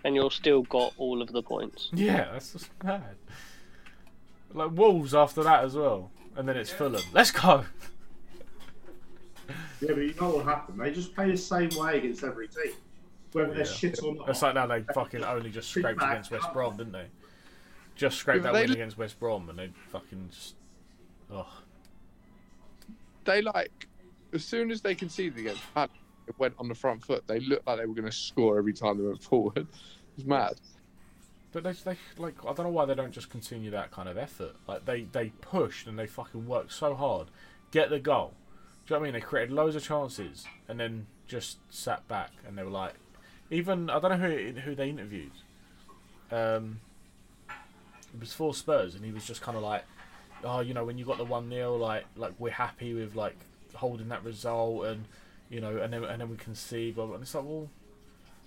[SPEAKER 4] and you'll still got all of the points.
[SPEAKER 1] Yeah, that's just mad. Like Wolves after that as well, and then it's Fulham. Let's go.
[SPEAKER 2] Yeah, but you know what happened? They just play the same way against every team, whether they're
[SPEAKER 1] Yeah.
[SPEAKER 2] shit or not.
[SPEAKER 1] It's like now they fucking only just scraped against West Brom, didn't they? Just scraped that
[SPEAKER 3] They-
[SPEAKER 1] win against West Brom, and they fucking just. Oh,
[SPEAKER 3] They like as soon as they conceded against Palace, it went on the front foot. They looked like they were going to score every time they went forward. It's mad.
[SPEAKER 1] but they, they like I don't know why they don't just continue that kind of effort. Like they they pushed and they fucking worked so hard, get the goal. Do you know what I mean? They created loads of chances and then just sat back and they were like, even I don't know who who they interviewed. Um, it was for Spurs, and he was just kind of like, oh, you know, when you got the one 0 like like we're happy with like holding that result, and you know, and then and then we concede. Blah, blah. And it's like, well,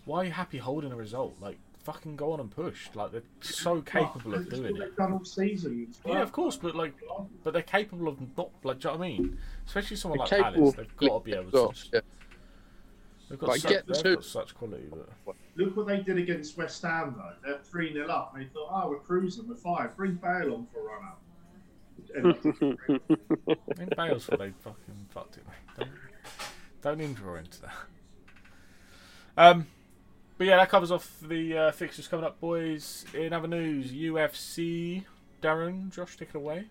[SPEAKER 1] why are you happy holding a result? Like fucking go on and push. Like they're so capable of
[SPEAKER 2] It's what
[SPEAKER 1] doing it.
[SPEAKER 2] They've done all season.
[SPEAKER 1] Yeah, of course, but like, but they're capable of not. Like, do you know what I mean? Especially someone like
[SPEAKER 3] They're
[SPEAKER 1] Palace,
[SPEAKER 3] capable of
[SPEAKER 1] they've got to be able
[SPEAKER 3] So,
[SPEAKER 1] to.
[SPEAKER 3] yeah.
[SPEAKER 1] They've got,
[SPEAKER 3] Like,
[SPEAKER 1] such,
[SPEAKER 3] get the
[SPEAKER 1] they've
[SPEAKER 3] two.
[SPEAKER 1] got such quality, but
[SPEAKER 2] Look what they did against West Ham though. They're three 0 up, and they thought, "Oh, we're cruising, we're fine. Bring Bale on for a run out." And-
[SPEAKER 1] I mean, Bale's what they fucking fucked it. mate. Don't, don't even draw into that. Um, but yeah, that covers off the uh, fixtures coming up, boys. In other news, UFC. Darren, Josh, take it away.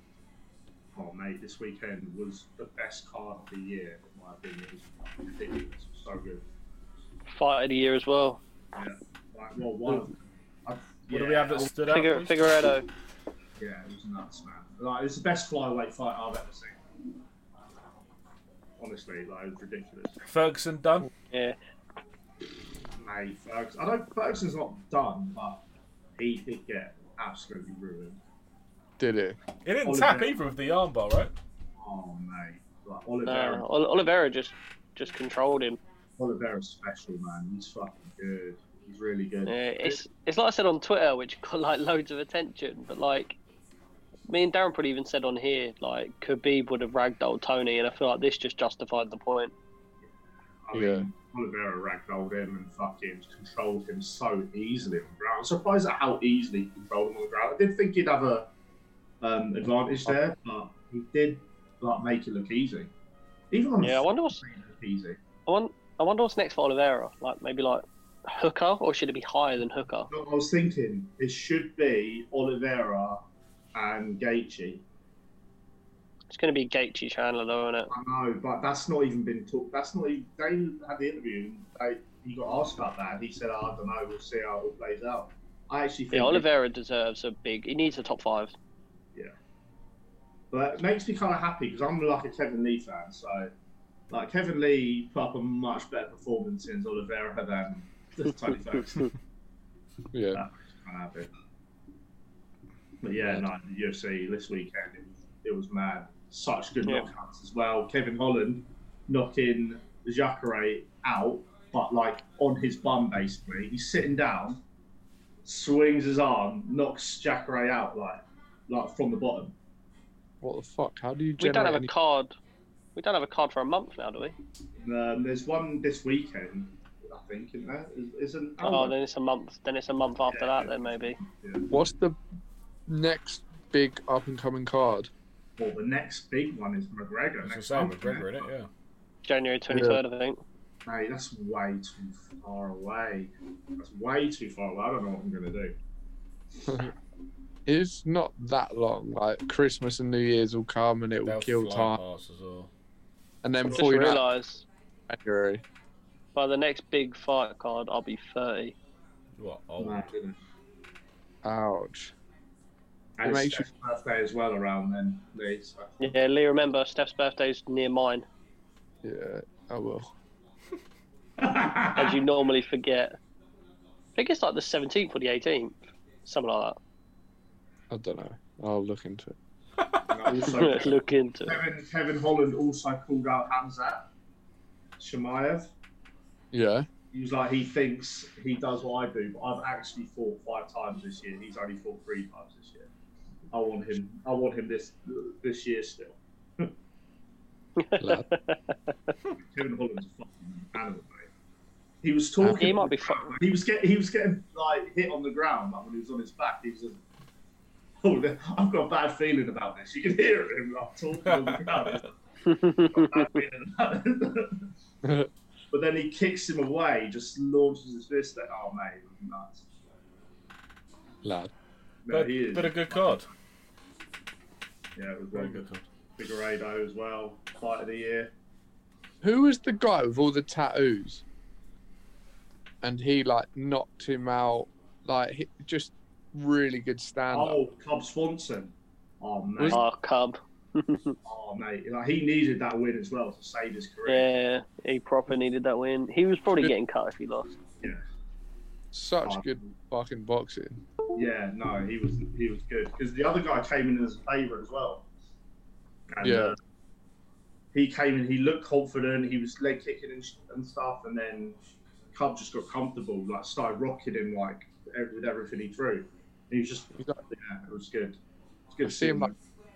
[SPEAKER 2] oh mate, this weekend was the best card of the year, in my opinion. It was ridiculous. It was so good.
[SPEAKER 4] Fight of the year as well.
[SPEAKER 2] Yeah. Like, well, one. of them. I-
[SPEAKER 1] What do
[SPEAKER 2] yeah,
[SPEAKER 1] we have that stood out?
[SPEAKER 4] Figu-
[SPEAKER 1] boys?
[SPEAKER 4] Figueredo.
[SPEAKER 2] Yeah, it was nuts, man. Like it's the best flyweight fight I've ever seen. Honestly, like it was ridiculous.
[SPEAKER 1] Ferguson done.
[SPEAKER 4] Yeah.
[SPEAKER 2] Mate, Ferguson. I don't. Ferguson's not done, but he did get absolutely ruined.
[SPEAKER 3] Did it?
[SPEAKER 1] He didn't
[SPEAKER 2] Oliver.
[SPEAKER 1] tap either of the armbar, right?
[SPEAKER 2] Oh mate, like
[SPEAKER 4] No,
[SPEAKER 2] Oliveira.
[SPEAKER 4] no. Ol- Oliveira just just controlled him.
[SPEAKER 2] Oliveira's special, man. He's fucking good. He's really good.
[SPEAKER 4] Yeah, it's it's like I said on Twitter, which got like loads of attention, but like me and Darren probably even said on here, like Khabib would have ragdolled Tony, and I feel like this just justified the point.
[SPEAKER 2] I mean, Oliveira ragdolled him and fucking controlled him so easily on the ground. I'm surprised at how easily he controlled him on the ground. I did think he'd have a um, advantage there, but he did like make it look easy. Even on
[SPEAKER 4] Yeah, I
[SPEAKER 2] the
[SPEAKER 4] wonder what's
[SPEAKER 2] f- it looked easy.
[SPEAKER 4] I wonder, I wonder what's next for Oliveira. Like maybe like Hooker, or should it be higher than Hooker?
[SPEAKER 2] No, I was thinking it should be Oliveira and Gaethje.
[SPEAKER 4] It's going to be Gaethje Chandler, though, isn't it?
[SPEAKER 2] I know, but that's not even been talked. That's not even. They had the interview. And they, he got asked about that, and he said, oh, "I don't know. We'll see how it all plays out." I actually think.
[SPEAKER 4] Yeah, Oliveira deserves a big. He needs a top five.
[SPEAKER 2] But it makes me kind of happy because I'm like a Kevin Lee fan. So, like Kevin Lee put up a much better performance against Oliveira than Tony Ferguson.
[SPEAKER 3] Yeah.
[SPEAKER 2] That makes me kind of happy. But yeah, no, the UFC this weekend it was, it was mad. Such good
[SPEAKER 4] Yeah.
[SPEAKER 2] knockouts as well. Kevin Holland knocking Jacare out, but like on his bum basically. He's sitting down, swings his arm, knocks Jacare out like like from the bottom.
[SPEAKER 3] What the fuck? How do you
[SPEAKER 4] We
[SPEAKER 3] generate
[SPEAKER 4] don't have a
[SPEAKER 3] any-
[SPEAKER 4] card. We don't have a card for a month now, do we?
[SPEAKER 2] Um, there's one this weekend, I think, isn't there? Is, isn't
[SPEAKER 4] Oh, then it's a month. Then it's a month after
[SPEAKER 2] Yeah.
[SPEAKER 4] that. Then maybe.
[SPEAKER 3] What's the next big up and coming card?
[SPEAKER 2] well, the next big one is McGregor.
[SPEAKER 1] It's the
[SPEAKER 2] Next
[SPEAKER 1] same
[SPEAKER 2] month,
[SPEAKER 1] with Gregor,
[SPEAKER 2] isn't
[SPEAKER 1] isn't it?
[SPEAKER 4] January 23rd, I think.
[SPEAKER 2] Mate, that's way too far away. That's way too far away. I don't know what I'm gonna do.
[SPEAKER 3] It's not that long. Like Christmas and New Year's will come and it
[SPEAKER 1] Yeah.
[SPEAKER 3] will kill time,
[SPEAKER 1] past as well.
[SPEAKER 3] and then
[SPEAKER 4] Just
[SPEAKER 3] before you know
[SPEAKER 4] realise
[SPEAKER 3] it, January.
[SPEAKER 4] by the next big fight card, I'll be 30.
[SPEAKER 1] What? Old.
[SPEAKER 2] Mad, isn't it?
[SPEAKER 3] Ouch.
[SPEAKER 2] And
[SPEAKER 3] It
[SPEAKER 2] it's
[SPEAKER 3] makes you-
[SPEAKER 2] Steph's birthday as well around then. Lee, so-
[SPEAKER 4] Yeah, Lee. Remember, Steph's birthday's near mine,
[SPEAKER 3] Yeah, Oh, I will.
[SPEAKER 4] as you normally forget. I think it's like the 17th or the 18th, something like
[SPEAKER 3] I don't know. I'll look into it.
[SPEAKER 2] And also,
[SPEAKER 4] that. Look into. it.
[SPEAKER 2] Kevin, Kevin Holland also called out Hamzat Shemaev.
[SPEAKER 3] Yeah.
[SPEAKER 2] He was like, he thinks he does what I do, but I've actually fought five times this year. He's only fought three times this year. I want him. I want him this this year still.
[SPEAKER 3] lad.
[SPEAKER 2] Kevin Holland's a fucking animal, mate. He was talking.
[SPEAKER 4] He might be fu-
[SPEAKER 2] He was getting. He was getting like hit on the ground like, when he was on his back. He was just. Oh, I've got a bad feeling about this. You can hear him like, talking on the ground. but then he kicks him away, just launches his fist at oh mate, I'm nuts.
[SPEAKER 8] Lad.
[SPEAKER 2] No,
[SPEAKER 1] But,
[SPEAKER 2] he is.
[SPEAKER 1] but a good card.
[SPEAKER 2] yeah, it was
[SPEAKER 1] Very
[SPEAKER 2] one
[SPEAKER 1] good
[SPEAKER 2] good.
[SPEAKER 1] card.
[SPEAKER 2] Figueredo as well, fight of the year.
[SPEAKER 3] Who was the guy with all the tattoos? And he like knocked him out. Like he, just really good stand up.
[SPEAKER 2] Oh, Cobb Swanson. Oh mate,
[SPEAKER 4] Oh, Cub.
[SPEAKER 2] oh mate, like he needed that win as well to save his career.
[SPEAKER 4] Yeah, he proper needed that win. He was probably getting cut if he lost.
[SPEAKER 3] Such
[SPEAKER 2] Oh.
[SPEAKER 3] good fucking boxing.
[SPEAKER 2] Yeah, no, he was he was good because the other guy came in as a favourite as well. And,
[SPEAKER 3] Yeah.
[SPEAKER 2] uh, he came in. He looked confident. He was leg kicking and, sh- and stuff, and then Cub just got comfortable, like started rocking him like ev- with everything he threw. And he was just
[SPEAKER 3] He's like-
[SPEAKER 2] yeah, it was good. It's
[SPEAKER 3] You
[SPEAKER 2] good to
[SPEAKER 3] see him like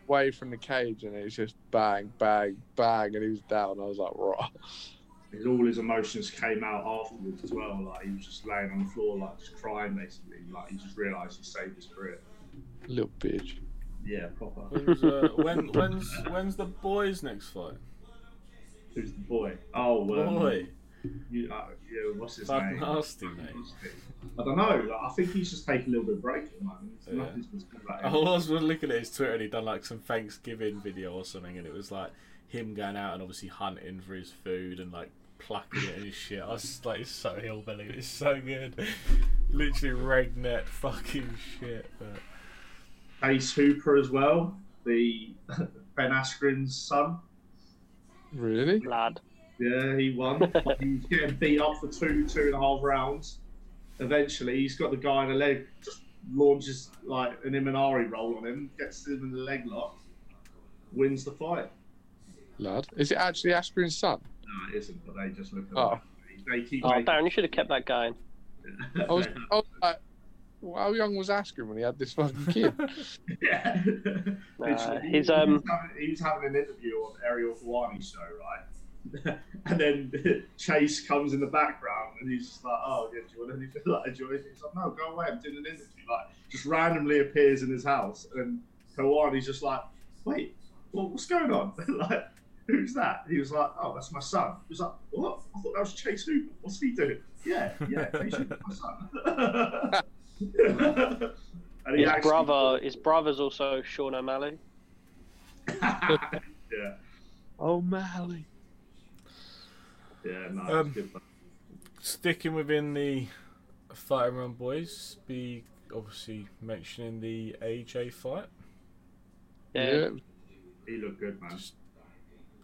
[SPEAKER 3] away from the cage and it's just bang, bang, bang, and he was down. I was like, raw.
[SPEAKER 2] his, all his emotions came out afterwards as well. Like he was just laying on the floor, like just crying basically. Like he just realised he saved his career.
[SPEAKER 3] Little bitch.
[SPEAKER 2] Yeah, proper.
[SPEAKER 1] When was, uh, when, when's, when's the boys' next fight?
[SPEAKER 2] Who's the boy? Oh, um,
[SPEAKER 1] Boy,
[SPEAKER 2] You, uh, yeah, what's his
[SPEAKER 1] that's
[SPEAKER 2] name?
[SPEAKER 1] nasty, mate.
[SPEAKER 2] I don't know. Like, I think he's just taking a little bit of break at the moment.
[SPEAKER 1] Yeah.
[SPEAKER 2] Nothing's been said about
[SPEAKER 1] I
[SPEAKER 2] him.
[SPEAKER 1] was looking at his Twitter and he'd done like some Thanksgiving video or something, and it was like him going out and obviously hunting for his food and like plucking it and shit. I was just like, it's so hillbilly, it's so good. Literally redneck fucking shit. But
[SPEAKER 2] Ace Hooper as well, the Ben Askren's son.
[SPEAKER 3] Really?
[SPEAKER 4] Lad.
[SPEAKER 2] Yeah, he won. he was getting beat up for two, two and a half rounds. Eventually, he's got the guy in the leg, just launches like an Imanari E roll on him, gets him in the leg lock, wins the fight.
[SPEAKER 3] Lad. Is it actually Askren's son?
[SPEAKER 2] No, it isn't, but they just look at
[SPEAKER 3] Oh.
[SPEAKER 2] it. They keep
[SPEAKER 4] Oh,
[SPEAKER 2] making
[SPEAKER 4] Darren, you should have kept that going.
[SPEAKER 3] I was, I was like, well, how young was Askren when he had this fucking kid?
[SPEAKER 2] Yeah.
[SPEAKER 4] Uh,
[SPEAKER 2] He-
[SPEAKER 4] his,
[SPEAKER 2] he was
[SPEAKER 4] um,
[SPEAKER 2] having- he was having an interview on Ariel Hawani's show, right? and then Chase comes in the background and he's just like, "Oh, yeah, do you want anything? Like, do you want anything?" He's like, "No, go away. I'm doing an interview." Like, just randomly appears in his house, and Hawani's just like, "Wait, what, what's going on? like, who's that?" He was like, "Oh, that's my son." He was like, "What? I thought that was Chase Hooper. What's he doing?" Yeah, yeah, Chase Hooper, my son. and he
[SPEAKER 4] His
[SPEAKER 2] actually-
[SPEAKER 4] brother, his brother's also Sean O'Malley.
[SPEAKER 2] yeah,
[SPEAKER 3] oh, Mally.
[SPEAKER 2] yeah, no, it's
[SPEAKER 1] Um,
[SPEAKER 2] good.
[SPEAKER 1] sticking within the fighting round boys, be obviously mentioning the AJ fight.
[SPEAKER 4] Yeah.
[SPEAKER 3] Yeah.
[SPEAKER 2] He looked good, man.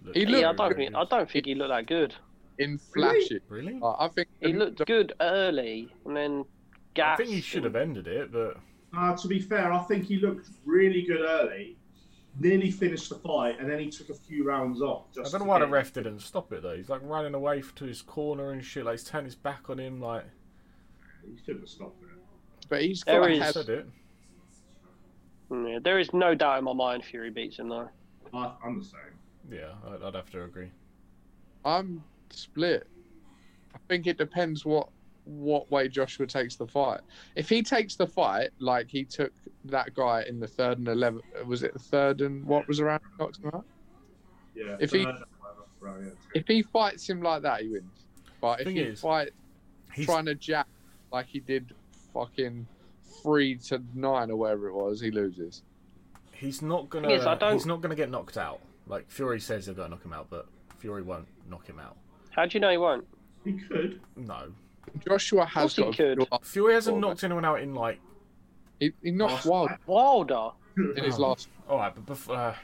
[SPEAKER 1] Look,
[SPEAKER 3] He
[SPEAKER 4] Yeah,
[SPEAKER 3] looked
[SPEAKER 4] I don't think I don't think he looked that good.
[SPEAKER 3] In flashes.
[SPEAKER 1] really.
[SPEAKER 3] Like, I think
[SPEAKER 4] He looked good early and then
[SPEAKER 1] I
[SPEAKER 4] gas.
[SPEAKER 1] think he should have ended it, but
[SPEAKER 2] Uh, to be fair, I think he looked really good early, nearly finished the fight, and then he took a few rounds off.
[SPEAKER 1] I
[SPEAKER 2] Just
[SPEAKER 1] don't know
[SPEAKER 2] to
[SPEAKER 1] why the
[SPEAKER 2] get-
[SPEAKER 1] ref didn't stop it though. He's like running away f- to his corner and shit. Like he's turning his back on him. Like
[SPEAKER 2] He should have stopped it.
[SPEAKER 3] but he's
[SPEAKER 4] There
[SPEAKER 3] got a
[SPEAKER 4] is-
[SPEAKER 1] I
[SPEAKER 3] head.
[SPEAKER 1] said it.
[SPEAKER 4] Yeah, there is no doubt in my mind Fury beats him though.
[SPEAKER 2] I, I'm the same.
[SPEAKER 1] Yeah, I'd, I'd have to agree.
[SPEAKER 3] I'm split. I think it depends what what way Joshua takes the fight. If he takes the fight like he took that guy in the third and eleven, was it the third and what was around? Knocked him out?
[SPEAKER 2] Yeah.
[SPEAKER 3] If he-
[SPEAKER 2] third and whatever, bro, yeah, it's good.
[SPEAKER 3] If he fights him like that, he wins. But if
[SPEAKER 1] Thing
[SPEAKER 3] he
[SPEAKER 1] is,
[SPEAKER 3] fights
[SPEAKER 1] He's,
[SPEAKER 3] trying to jack like he did, fucking three to nine or whatever it was, he loses.
[SPEAKER 1] he's not gonna.
[SPEAKER 4] Thing is, I don't-
[SPEAKER 1] He's not gonna get knocked out. Like Fury says, they're gonna knock him out, but Fury won't knock him out.
[SPEAKER 4] How do you know he won't?
[SPEAKER 2] he could.
[SPEAKER 1] No,
[SPEAKER 3] Joshua
[SPEAKER 4] Of
[SPEAKER 3] has
[SPEAKER 4] course
[SPEAKER 3] got.
[SPEAKER 4] he
[SPEAKER 3] a-
[SPEAKER 1] Fury hasn't
[SPEAKER 3] Well,
[SPEAKER 1] knocked anyone out in like.
[SPEAKER 3] He, he knocked
[SPEAKER 2] Oh,
[SPEAKER 3] Wild
[SPEAKER 4] Wilder.
[SPEAKER 3] in his
[SPEAKER 1] Oh.
[SPEAKER 3] last.
[SPEAKER 1] All right, but before. Uh,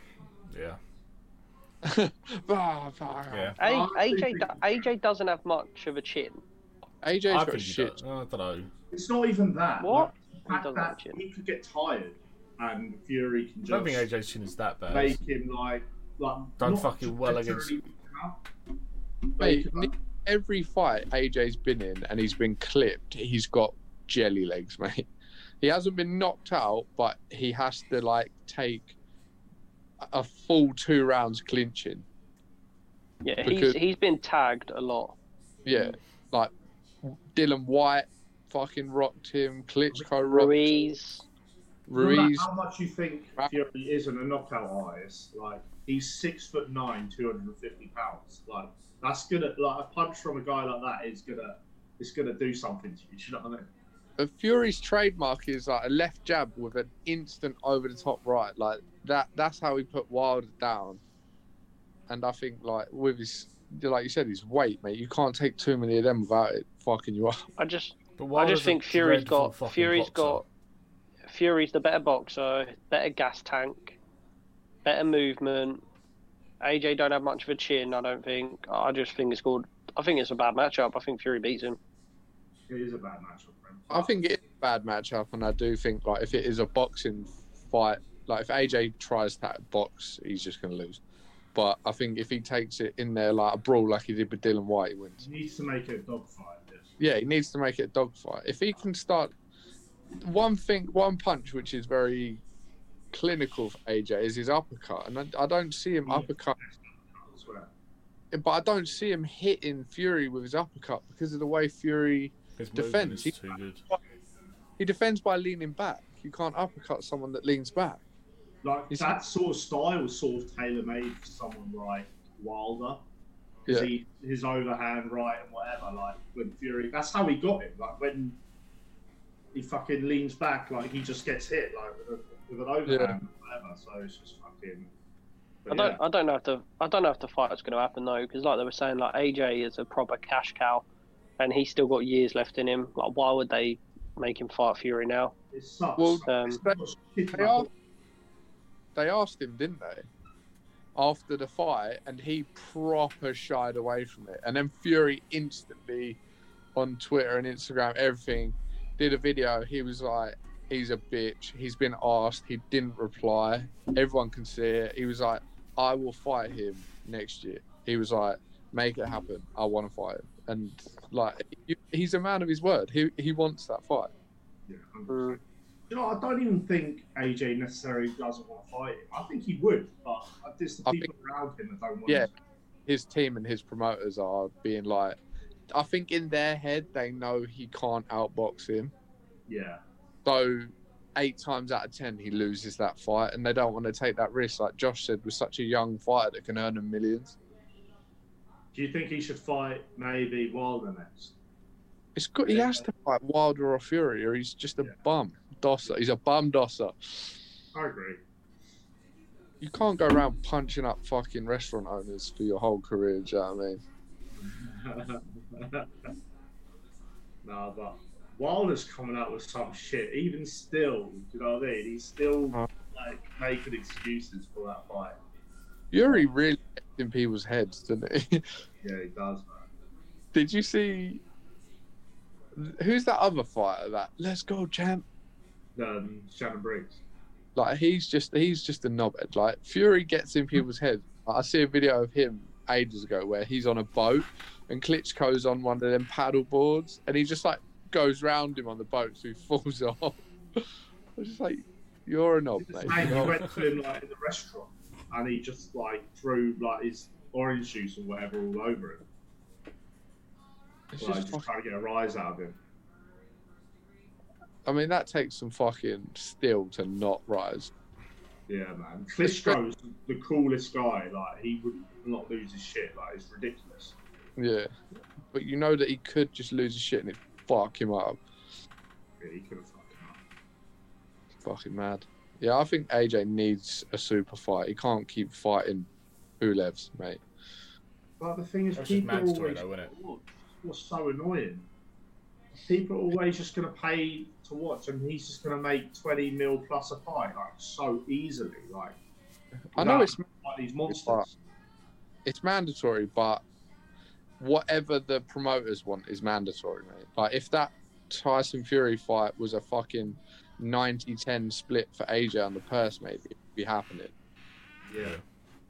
[SPEAKER 1] yeah,
[SPEAKER 3] Bah, bah.
[SPEAKER 1] yeah.
[SPEAKER 4] A-
[SPEAKER 2] Oh, I
[SPEAKER 4] AJ
[SPEAKER 2] think-
[SPEAKER 4] do- AJ doesn't have much of a chin.
[SPEAKER 3] AJ's
[SPEAKER 1] I
[SPEAKER 3] got
[SPEAKER 1] think he
[SPEAKER 3] shit.
[SPEAKER 1] does. I don't know.
[SPEAKER 2] It's not even that.
[SPEAKER 4] What?
[SPEAKER 2] Like, the fact
[SPEAKER 4] doesn't
[SPEAKER 2] that
[SPEAKER 4] like it.
[SPEAKER 2] he could get tired, and Fury can
[SPEAKER 1] I
[SPEAKER 2] just
[SPEAKER 1] don't think AJ's chin is that bad.
[SPEAKER 2] make him like like
[SPEAKER 1] Done
[SPEAKER 2] not
[SPEAKER 1] fucking well
[SPEAKER 2] necessarily
[SPEAKER 3] Mate,
[SPEAKER 2] weak enough.
[SPEAKER 3] every fight AJ's been in and he's been clipped, he's got jelly legs, mate. He hasn't been knocked out, but he has to like take a- a full two rounds clinching.
[SPEAKER 4] Yeah,
[SPEAKER 3] Because-
[SPEAKER 4] he's he's been tagged a lot.
[SPEAKER 3] Yeah, like Dylan White fucking rocked him, Klitschko rocked
[SPEAKER 4] Ruiz,
[SPEAKER 2] No matter
[SPEAKER 8] Ruiz.
[SPEAKER 2] how much you think Fury isn't a knockout artist, like he's six foot nine, two hundred and fifty pounds. Like that's gonna like a punch from a guy like that is gonna it's gonna do something to you. Do you know what I mean?
[SPEAKER 3] But Fury's trademark is like a left jab with an instant over the top right. Like that. That's how he put Wilder down. And I think like with his, like you said, his weight, mate. You can't take too many of them without it fucking you up.
[SPEAKER 4] I just
[SPEAKER 9] But
[SPEAKER 4] I
[SPEAKER 9] Wilder's
[SPEAKER 4] just
[SPEAKER 9] a
[SPEAKER 4] think Fury's
[SPEAKER 9] dreadful
[SPEAKER 4] got
[SPEAKER 9] fucking
[SPEAKER 4] Fury's
[SPEAKER 9] boxer.
[SPEAKER 4] got Fury's the better boxer, better gas tank, better movement. AJ don't have much of a chin, I don't think. I just think it's called. I think it's a bad matchup. I think Fury beats him.
[SPEAKER 2] It is a bad matchup for him.
[SPEAKER 3] I think it's a bad matchup, and I do think like if it is a boxing fight, like if AJ tries that box, he's just gonna lose. But I think if he takes it in there like a brawl, like he did with Dylan White, he wins.
[SPEAKER 2] He needs to make it a dogfight. This
[SPEAKER 3] Yeah, he needs to make it a dogfight. If he can start one thing, one punch, which is very clinical for AJ, is his uppercut, and I, I don't see him
[SPEAKER 2] Yeah.
[SPEAKER 3] uppercut,
[SPEAKER 2] I swear.
[SPEAKER 3] but I don't see him hitting Fury with his uppercut because of the way Fury
[SPEAKER 1] His
[SPEAKER 3] Defend.
[SPEAKER 1] defense is too good.
[SPEAKER 3] he defends by leaning back. You can't uppercut someone that leans back.
[SPEAKER 2] Like
[SPEAKER 3] He's-
[SPEAKER 2] that sort of style was sort of tailor made for someone like Wilder. Because
[SPEAKER 3] Yeah.
[SPEAKER 2] he his overhand right and whatever, like when Fury that's how he got him. Like when he fucking leans back, like he just gets hit like with, a, with an overhand or whatever. So it's just fucking
[SPEAKER 4] I
[SPEAKER 2] but
[SPEAKER 4] don't.
[SPEAKER 2] yeah.
[SPEAKER 4] I don't know if the. I don't know if the fight's going to happen though, because like they were saying, like AJ is a proper cash cow, and he's still got years left in him. Like, why would they make him fight Fury now?
[SPEAKER 2] It sucks.
[SPEAKER 3] Well,
[SPEAKER 4] um,
[SPEAKER 2] It's not shit
[SPEAKER 3] They,
[SPEAKER 2] about-
[SPEAKER 3] asked, they asked him, didn't they? After the fight, and he proper shied away from it. And then Fury instantly on Twitter and Instagram, everything, did a video. He was like, he's a bitch. He's been asked. He didn't reply. Everyone can see it. He was like, I will fight him next year. He was like, make it happen. I want to fight him. And like, he- he's a man of his word. He, he wants that fight.
[SPEAKER 2] yeah, I'm-
[SPEAKER 4] Mm.
[SPEAKER 2] you know, I don't even think AJ necessarily doesn't want to fight him. I think he would, but there's the
[SPEAKER 3] I
[SPEAKER 2] people around him that don't want
[SPEAKER 3] Yeah.
[SPEAKER 2] him.
[SPEAKER 3] his team and his promoters are being like, I think in their head they know he can't outbox him.
[SPEAKER 2] Yeah.
[SPEAKER 3] So eight times out of ten he loses that fight, and they don't want to take that risk. Like Josh said, with such a young fighter that can earn him millions,
[SPEAKER 2] Do you think he should fight maybe Wilder next?
[SPEAKER 3] it's good. He has to fight Wilder or Fury, or he's just a
[SPEAKER 2] Yeah.
[SPEAKER 3] bum dosser. He's a bum dosser.
[SPEAKER 2] I agree.
[SPEAKER 3] You can't go around punching up fucking restaurant owners for your whole career. Do you know what I mean?
[SPEAKER 2] nah, but Wilder's coming out with some shit. Even still, do you know what I mean? He's still
[SPEAKER 3] Oh.
[SPEAKER 2] like making excuses for that fight.
[SPEAKER 3] Fury really gets in people's heads, didn't he?
[SPEAKER 2] Yeah, he does, man.
[SPEAKER 3] Did you see? Who's that other fighter? That let's go champ.
[SPEAKER 2] Um, Shannon Briggs.
[SPEAKER 3] Like he's just he's just a knobhead. Like Fury gets in people's heads. Like, I see a video of him ages ago where he's on a boat and Klitschko's on one of them paddle boards and he just like goes round him on the boat so he falls off. I was just like, you're a knob, mate.
[SPEAKER 2] Mate, he went to him like in the restaurant, and he just like threw like his orange juice or whatever all over him,
[SPEAKER 3] It's
[SPEAKER 2] like
[SPEAKER 3] just
[SPEAKER 2] just
[SPEAKER 3] fucking-
[SPEAKER 2] trying to get a rise out of him.
[SPEAKER 3] I mean, that takes some fucking steel to not rise.
[SPEAKER 2] Yeah, man. Klitschko's the coolest guy. Like he would not lose his shit. Like it's ridiculous.
[SPEAKER 3] Yeah, but you know that he could just lose his shit and it fuck him up.
[SPEAKER 2] Yeah, he could have fucking. up.
[SPEAKER 3] fucking mad. Yeah, I think AJ needs a super fight. He can't keep fighting Ulevs, mate.
[SPEAKER 2] But the thing is,
[SPEAKER 1] That's just
[SPEAKER 2] people
[SPEAKER 1] man's story
[SPEAKER 2] always.
[SPEAKER 1] though, isn't it?
[SPEAKER 2] What's so annoying? People are always just going to pay to watch, and he's just going to make twenty mil plus a fight, like so easily. Like
[SPEAKER 3] I know
[SPEAKER 2] without,
[SPEAKER 3] it's
[SPEAKER 2] like these monsters.
[SPEAKER 3] it's mandatory, but whatever the promoters want is mandatory, mate. Like if that Tyson Fury fight was a fucking 90-10 split for AJ on the purse, maybe it'd be happening.
[SPEAKER 2] Yeah,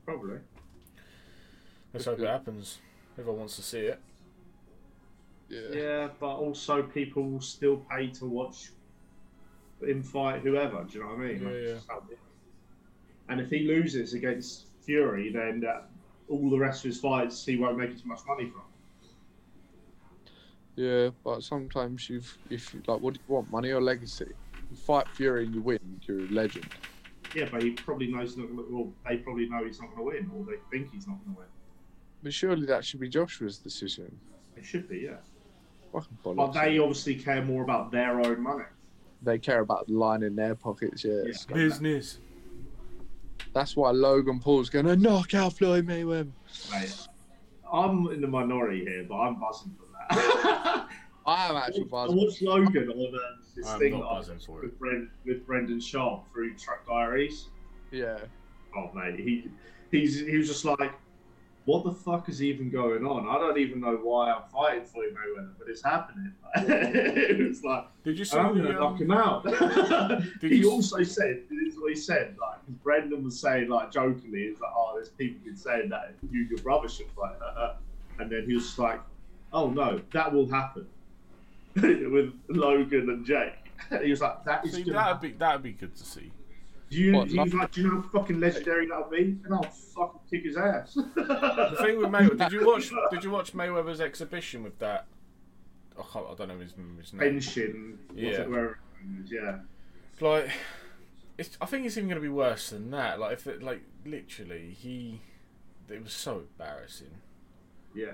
[SPEAKER 2] probably.
[SPEAKER 1] Let's hope it happens. Everyone wants to see it.
[SPEAKER 3] Yeah.
[SPEAKER 2] Yeah, but also people will still pay to watch him fight whoever. Do you know what I mean?
[SPEAKER 1] Yeah, yeah.
[SPEAKER 2] yeah. And if he loses against Fury, then uh, all the rest of his fights he won't make as much money from.
[SPEAKER 3] Yeah, but sometimes you've if you like what do you want, money or legacy? fight Fury and you win, you're a legend.
[SPEAKER 2] Yeah, but he probably knows he's not going to. Well, they probably know he's not going to win, or they think he's not going to win.
[SPEAKER 3] But surely that should be Joshua's decision.
[SPEAKER 2] It should be, yeah.
[SPEAKER 3] Fucking
[SPEAKER 2] But
[SPEAKER 3] bollocks.
[SPEAKER 2] Oh, they obviously care more about their own money.
[SPEAKER 3] They care about the line in their pockets, yeah.
[SPEAKER 2] Yeah.
[SPEAKER 3] Scum.
[SPEAKER 1] Business.
[SPEAKER 3] That's why Logan Paul's going to knock out Floyd Mayweather.
[SPEAKER 2] Mate, I'm in the minority here, but I'm buzzing for that.
[SPEAKER 3] I am
[SPEAKER 2] I
[SPEAKER 3] actually buzzing.
[SPEAKER 2] watched Logan on um, this
[SPEAKER 1] I'm
[SPEAKER 2] thing
[SPEAKER 1] not
[SPEAKER 2] that I
[SPEAKER 1] buzzing
[SPEAKER 2] watched
[SPEAKER 1] for
[SPEAKER 2] with, Bren, with Brendan Sharp through Truck Diaries.
[SPEAKER 3] Yeah.
[SPEAKER 2] Oh mate, he he's he was just like, what the fuck is even going on? I don't even know why I'm fighting Floyd Mayweather, but it's happening. it was like.
[SPEAKER 1] Did you see?
[SPEAKER 2] I'm
[SPEAKER 1] The,
[SPEAKER 2] gonna knock him
[SPEAKER 1] um,
[SPEAKER 2] out.
[SPEAKER 1] Did
[SPEAKER 2] he
[SPEAKER 1] you-
[SPEAKER 2] also said, this is what he said, like, 'cause Brendan was saying, like, jokingly, is like, oh, there's people been saying that you, your brother should fight her. And then he was just like, oh, no, that will happen with Logan and Jake. he was like, that is
[SPEAKER 1] see,
[SPEAKER 2] gonna
[SPEAKER 1] that'd
[SPEAKER 2] happen.
[SPEAKER 1] be that'd be good to see.
[SPEAKER 2] Do you,
[SPEAKER 3] What,
[SPEAKER 2] he was
[SPEAKER 3] Lo-
[SPEAKER 2] like, do you know how fucking legendary that'll be? And I'll fucking kick his ass.
[SPEAKER 1] The thing with Mayweather, did you watch? Did you watch Mayweather's exhibition with that? I, can't, I don't know his, his name.
[SPEAKER 2] Pension.
[SPEAKER 1] Yeah.
[SPEAKER 2] Yeah. Where, yeah.
[SPEAKER 1] Like, it's, I think it's even going to be worse than that. Like, if it, like literally, he, it was so embarrassing.
[SPEAKER 2] Yeah.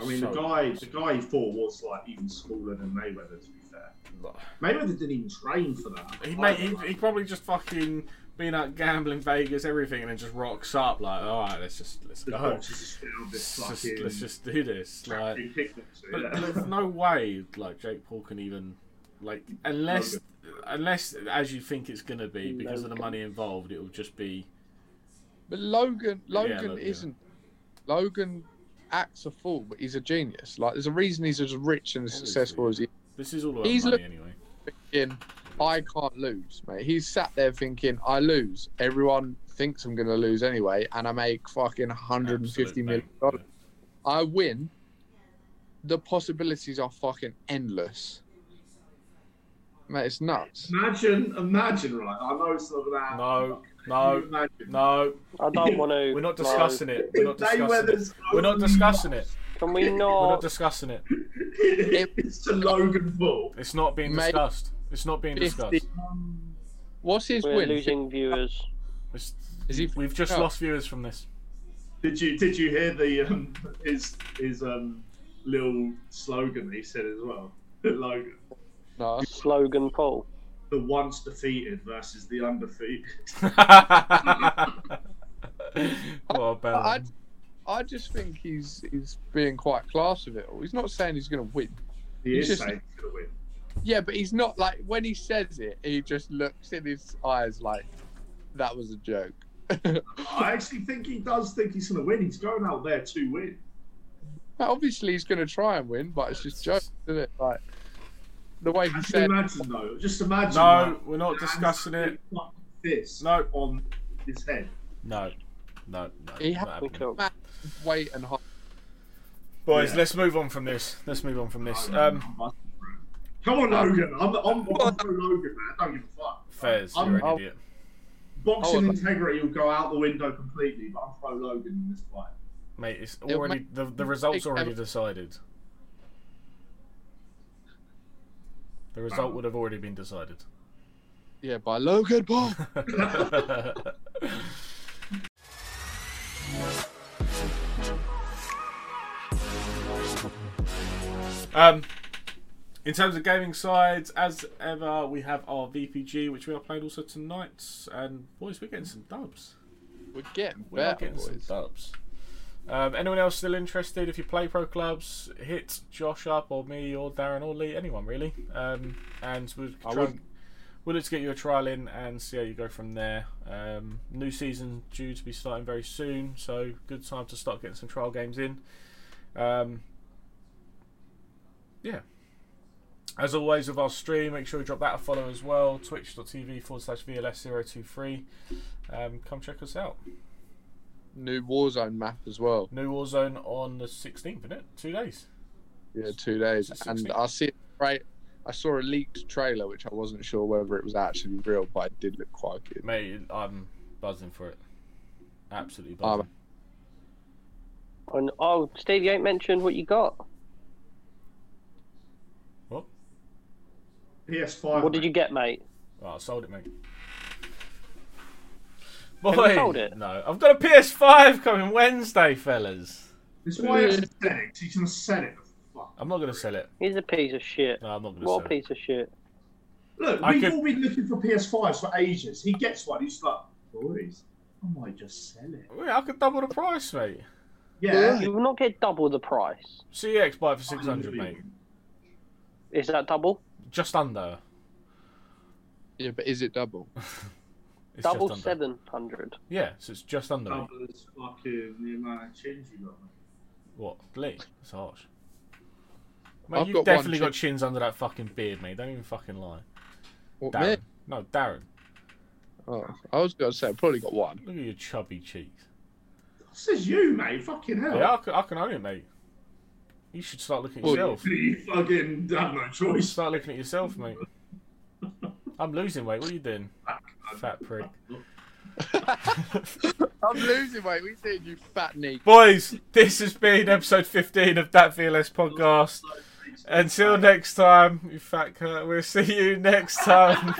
[SPEAKER 2] I mean, the
[SPEAKER 1] So-
[SPEAKER 2] guy, the guy he fought was like even smaller than Mayweather. To be fair.
[SPEAKER 1] Like,
[SPEAKER 2] Mayweather didn't even train for that.
[SPEAKER 1] He mate, he, he probably just fucking been out gambling Vegas, everything, and then just rocks up like, all right, let's just let's
[SPEAKER 2] the
[SPEAKER 1] go,
[SPEAKER 2] boxers just found
[SPEAKER 1] let's
[SPEAKER 2] this
[SPEAKER 1] Oh, just,
[SPEAKER 2] fucking
[SPEAKER 1] let's just do this. Like,
[SPEAKER 2] fucking kickboxer,
[SPEAKER 1] but
[SPEAKER 2] yeah.
[SPEAKER 1] there's no way like Jake Paul can even like unless unless as you think it's gonna be because of the money involved, it will just be
[SPEAKER 3] But Logan, Logan
[SPEAKER 1] Logan.
[SPEAKER 3] isn't. Logan acts a fool, but he's a genius. Like, there's a reason he's as rich and as
[SPEAKER 1] Obviously.
[SPEAKER 3] successful as he
[SPEAKER 1] this is all about
[SPEAKER 3] He's
[SPEAKER 1] money
[SPEAKER 3] look-
[SPEAKER 1] anyway.
[SPEAKER 3] thinking, I can't lose, mate. He's sat there thinking, I lose. Everyone thinks I'm going to lose anyway, and I make fucking 150
[SPEAKER 1] Absolute
[SPEAKER 3] million
[SPEAKER 1] bank,
[SPEAKER 3] dollars. I win. The possibilities are fucking endless. Mate, it's nuts.
[SPEAKER 2] Imagine, imagine, right? I know it's not gonna
[SPEAKER 1] yeah.
[SPEAKER 2] happen.
[SPEAKER 1] No,
[SPEAKER 2] but
[SPEAKER 1] no,
[SPEAKER 2] can you imagine?
[SPEAKER 1] no.
[SPEAKER 4] I don't want to.
[SPEAKER 1] We're not discussing it. We're not discussing it.
[SPEAKER 2] Mayweather's
[SPEAKER 1] We're not
[SPEAKER 2] only
[SPEAKER 1] discussing it.
[SPEAKER 4] Can we
[SPEAKER 1] We're not
[SPEAKER 4] not?
[SPEAKER 1] discussing it.
[SPEAKER 2] it's to Logan Paul.
[SPEAKER 1] It's not being
[SPEAKER 3] Mate.
[SPEAKER 1] discussed. It's not being
[SPEAKER 3] 50.
[SPEAKER 1] discussed.
[SPEAKER 3] What's his
[SPEAKER 4] We're
[SPEAKER 3] win?
[SPEAKER 4] losing viewers.
[SPEAKER 1] It's,
[SPEAKER 3] Is he-
[SPEAKER 1] we've just
[SPEAKER 3] Oh.
[SPEAKER 1] lost viewers from this.
[SPEAKER 2] Did you did you hear the um, his his um little slogan that he said as well? Logan,
[SPEAKER 3] No.
[SPEAKER 4] Slogan Paul.
[SPEAKER 2] the once defeated versus the undefeated.
[SPEAKER 1] well,
[SPEAKER 3] I, I-
[SPEAKER 1] Ben,
[SPEAKER 3] I just think he's he's being quite class with it all. He's not saying he's going to win.
[SPEAKER 2] He
[SPEAKER 3] He's
[SPEAKER 2] is
[SPEAKER 3] just-
[SPEAKER 2] saying he's gonna win.
[SPEAKER 3] Yeah, but he's not like when he says it, he just looks in his eyes like that was a joke.
[SPEAKER 2] I actually think he does think he's gonna win. He's going out there to win.
[SPEAKER 3] Obviously, he's going to try and win, but it's just a joke, isn't it? Like the way he
[SPEAKER 2] Just
[SPEAKER 3] said,
[SPEAKER 2] imagine though. Just imagine.
[SPEAKER 1] no,
[SPEAKER 2] like,
[SPEAKER 1] we're not
[SPEAKER 2] hands
[SPEAKER 1] discussing it.
[SPEAKER 2] like This
[SPEAKER 1] No.
[SPEAKER 2] on his head.
[SPEAKER 1] No, no, no.
[SPEAKER 3] He
[SPEAKER 1] not
[SPEAKER 3] had-
[SPEAKER 1] happening.
[SPEAKER 4] We could.
[SPEAKER 3] weight and height.
[SPEAKER 1] Boys,
[SPEAKER 2] Yeah.
[SPEAKER 1] let's move on from this. Let's move on from this.
[SPEAKER 2] Logan,
[SPEAKER 1] Um, uh,
[SPEAKER 2] I'm busting for him. Come on, Logan. I'm, I'm, I'm pro Logan, man. I don't give a fuck.
[SPEAKER 1] Fez,
[SPEAKER 2] I'm-
[SPEAKER 1] you're an
[SPEAKER 3] I'll-
[SPEAKER 1] idiot.
[SPEAKER 2] Boxing
[SPEAKER 3] Oh, I-
[SPEAKER 2] integrity will go out the window completely, but I'm pro Logan in this fight.
[SPEAKER 1] Mate, it's
[SPEAKER 3] It
[SPEAKER 1] already the, the results already decided. The result would have already been decided.
[SPEAKER 3] Yeah, by Logan Paul.
[SPEAKER 1] um, in terms of gaming sides, as ever, we have our VPG, which we are playing also tonight. And boys, we're getting some dubs.
[SPEAKER 3] We're getting
[SPEAKER 1] We are
[SPEAKER 3] better,
[SPEAKER 1] getting some
[SPEAKER 3] boys.
[SPEAKER 1] dubs. Um, anyone else still interested? If you play pro clubs, hit Josh up or me or Darren or Lee, anyone really. Um, and we'll
[SPEAKER 3] I
[SPEAKER 1] try
[SPEAKER 3] would.
[SPEAKER 1] and, we'll let's get you a trial in and see how you go from there. Um, new season due to be starting very soon, so good time to start getting some trial games in. Um, yeah. As always with our stream, make sure you drop that a follow as well. Twitch.tv forward slash VLS023. Um, come check us out.
[SPEAKER 3] New Warzone map as well.
[SPEAKER 1] New Warzone on the 16th, isn't it? Two days.
[SPEAKER 3] Yeah, two days,
[SPEAKER 1] It's a
[SPEAKER 3] and
[SPEAKER 1] 16.
[SPEAKER 3] I see it right. I saw a leaked trailer, which I wasn't sure whether it was actually real, but it did look quite good.
[SPEAKER 1] Mate, I'm buzzing for it. Absolutely buzzing.
[SPEAKER 3] Um,
[SPEAKER 4] And oh, Steve, you ain't mentioned what you got.
[SPEAKER 1] what?
[SPEAKER 2] PS5.
[SPEAKER 4] What did you get, mate?
[SPEAKER 1] Well, Ah, I sold it, mate.
[SPEAKER 4] you
[SPEAKER 1] Boy,
[SPEAKER 4] sold it?
[SPEAKER 1] no, I've got a PS5 coming Wednesday, fellas.
[SPEAKER 2] It's why it's aesthetics. You can sell it. Fuck.
[SPEAKER 1] I'm not gonna sell it.
[SPEAKER 4] He's a piece of shit.
[SPEAKER 1] No, I'm not gonna
[SPEAKER 4] What a
[SPEAKER 1] sell it.
[SPEAKER 4] piece of shit.
[SPEAKER 2] Look,
[SPEAKER 1] I
[SPEAKER 2] we've
[SPEAKER 1] could-
[SPEAKER 2] all been looking for PS5s for ages. He gets one. He's like, boys, I might just sell it.
[SPEAKER 1] Wait, I could double the price, mate.
[SPEAKER 2] Yeah.
[SPEAKER 4] You will not get double the price.
[SPEAKER 1] CX buy for six hundred, mate.
[SPEAKER 2] Unbelievable.
[SPEAKER 4] Is that double?
[SPEAKER 1] Just under.
[SPEAKER 3] Yeah, but is it double?
[SPEAKER 1] It's
[SPEAKER 4] double
[SPEAKER 1] just under.
[SPEAKER 4] seven hundred.
[SPEAKER 1] Yeah, so it's just under. Mate.
[SPEAKER 2] Double as fucking the amount of change you got. mate.
[SPEAKER 1] What? Lee? That's harsh. Mate,
[SPEAKER 3] I've
[SPEAKER 1] you've
[SPEAKER 3] got one
[SPEAKER 1] definitely got
[SPEAKER 3] chin.
[SPEAKER 1] chins under that fucking beard, mate. Don't even fucking lie.
[SPEAKER 3] What,
[SPEAKER 1] Darren.
[SPEAKER 3] me?
[SPEAKER 1] No, Darren.
[SPEAKER 3] Oh, I was gonna say I probably got one.
[SPEAKER 1] Look at your chubby cheeks.
[SPEAKER 2] This is you, mate. Fucking hell.
[SPEAKER 1] Yeah, I can, I can own it, mate. You should start looking at
[SPEAKER 3] Well,
[SPEAKER 1] yourself.
[SPEAKER 2] You fucking have no choice.
[SPEAKER 1] Start looking at yourself, mate. I'm losing weight. What are you doing, fat prick?
[SPEAKER 3] I'm losing weight. We seeing you fat knee.
[SPEAKER 1] Boys, this has been episode 15 of That VLS podcast. Until next time, you fat cunt, we'll see you next time.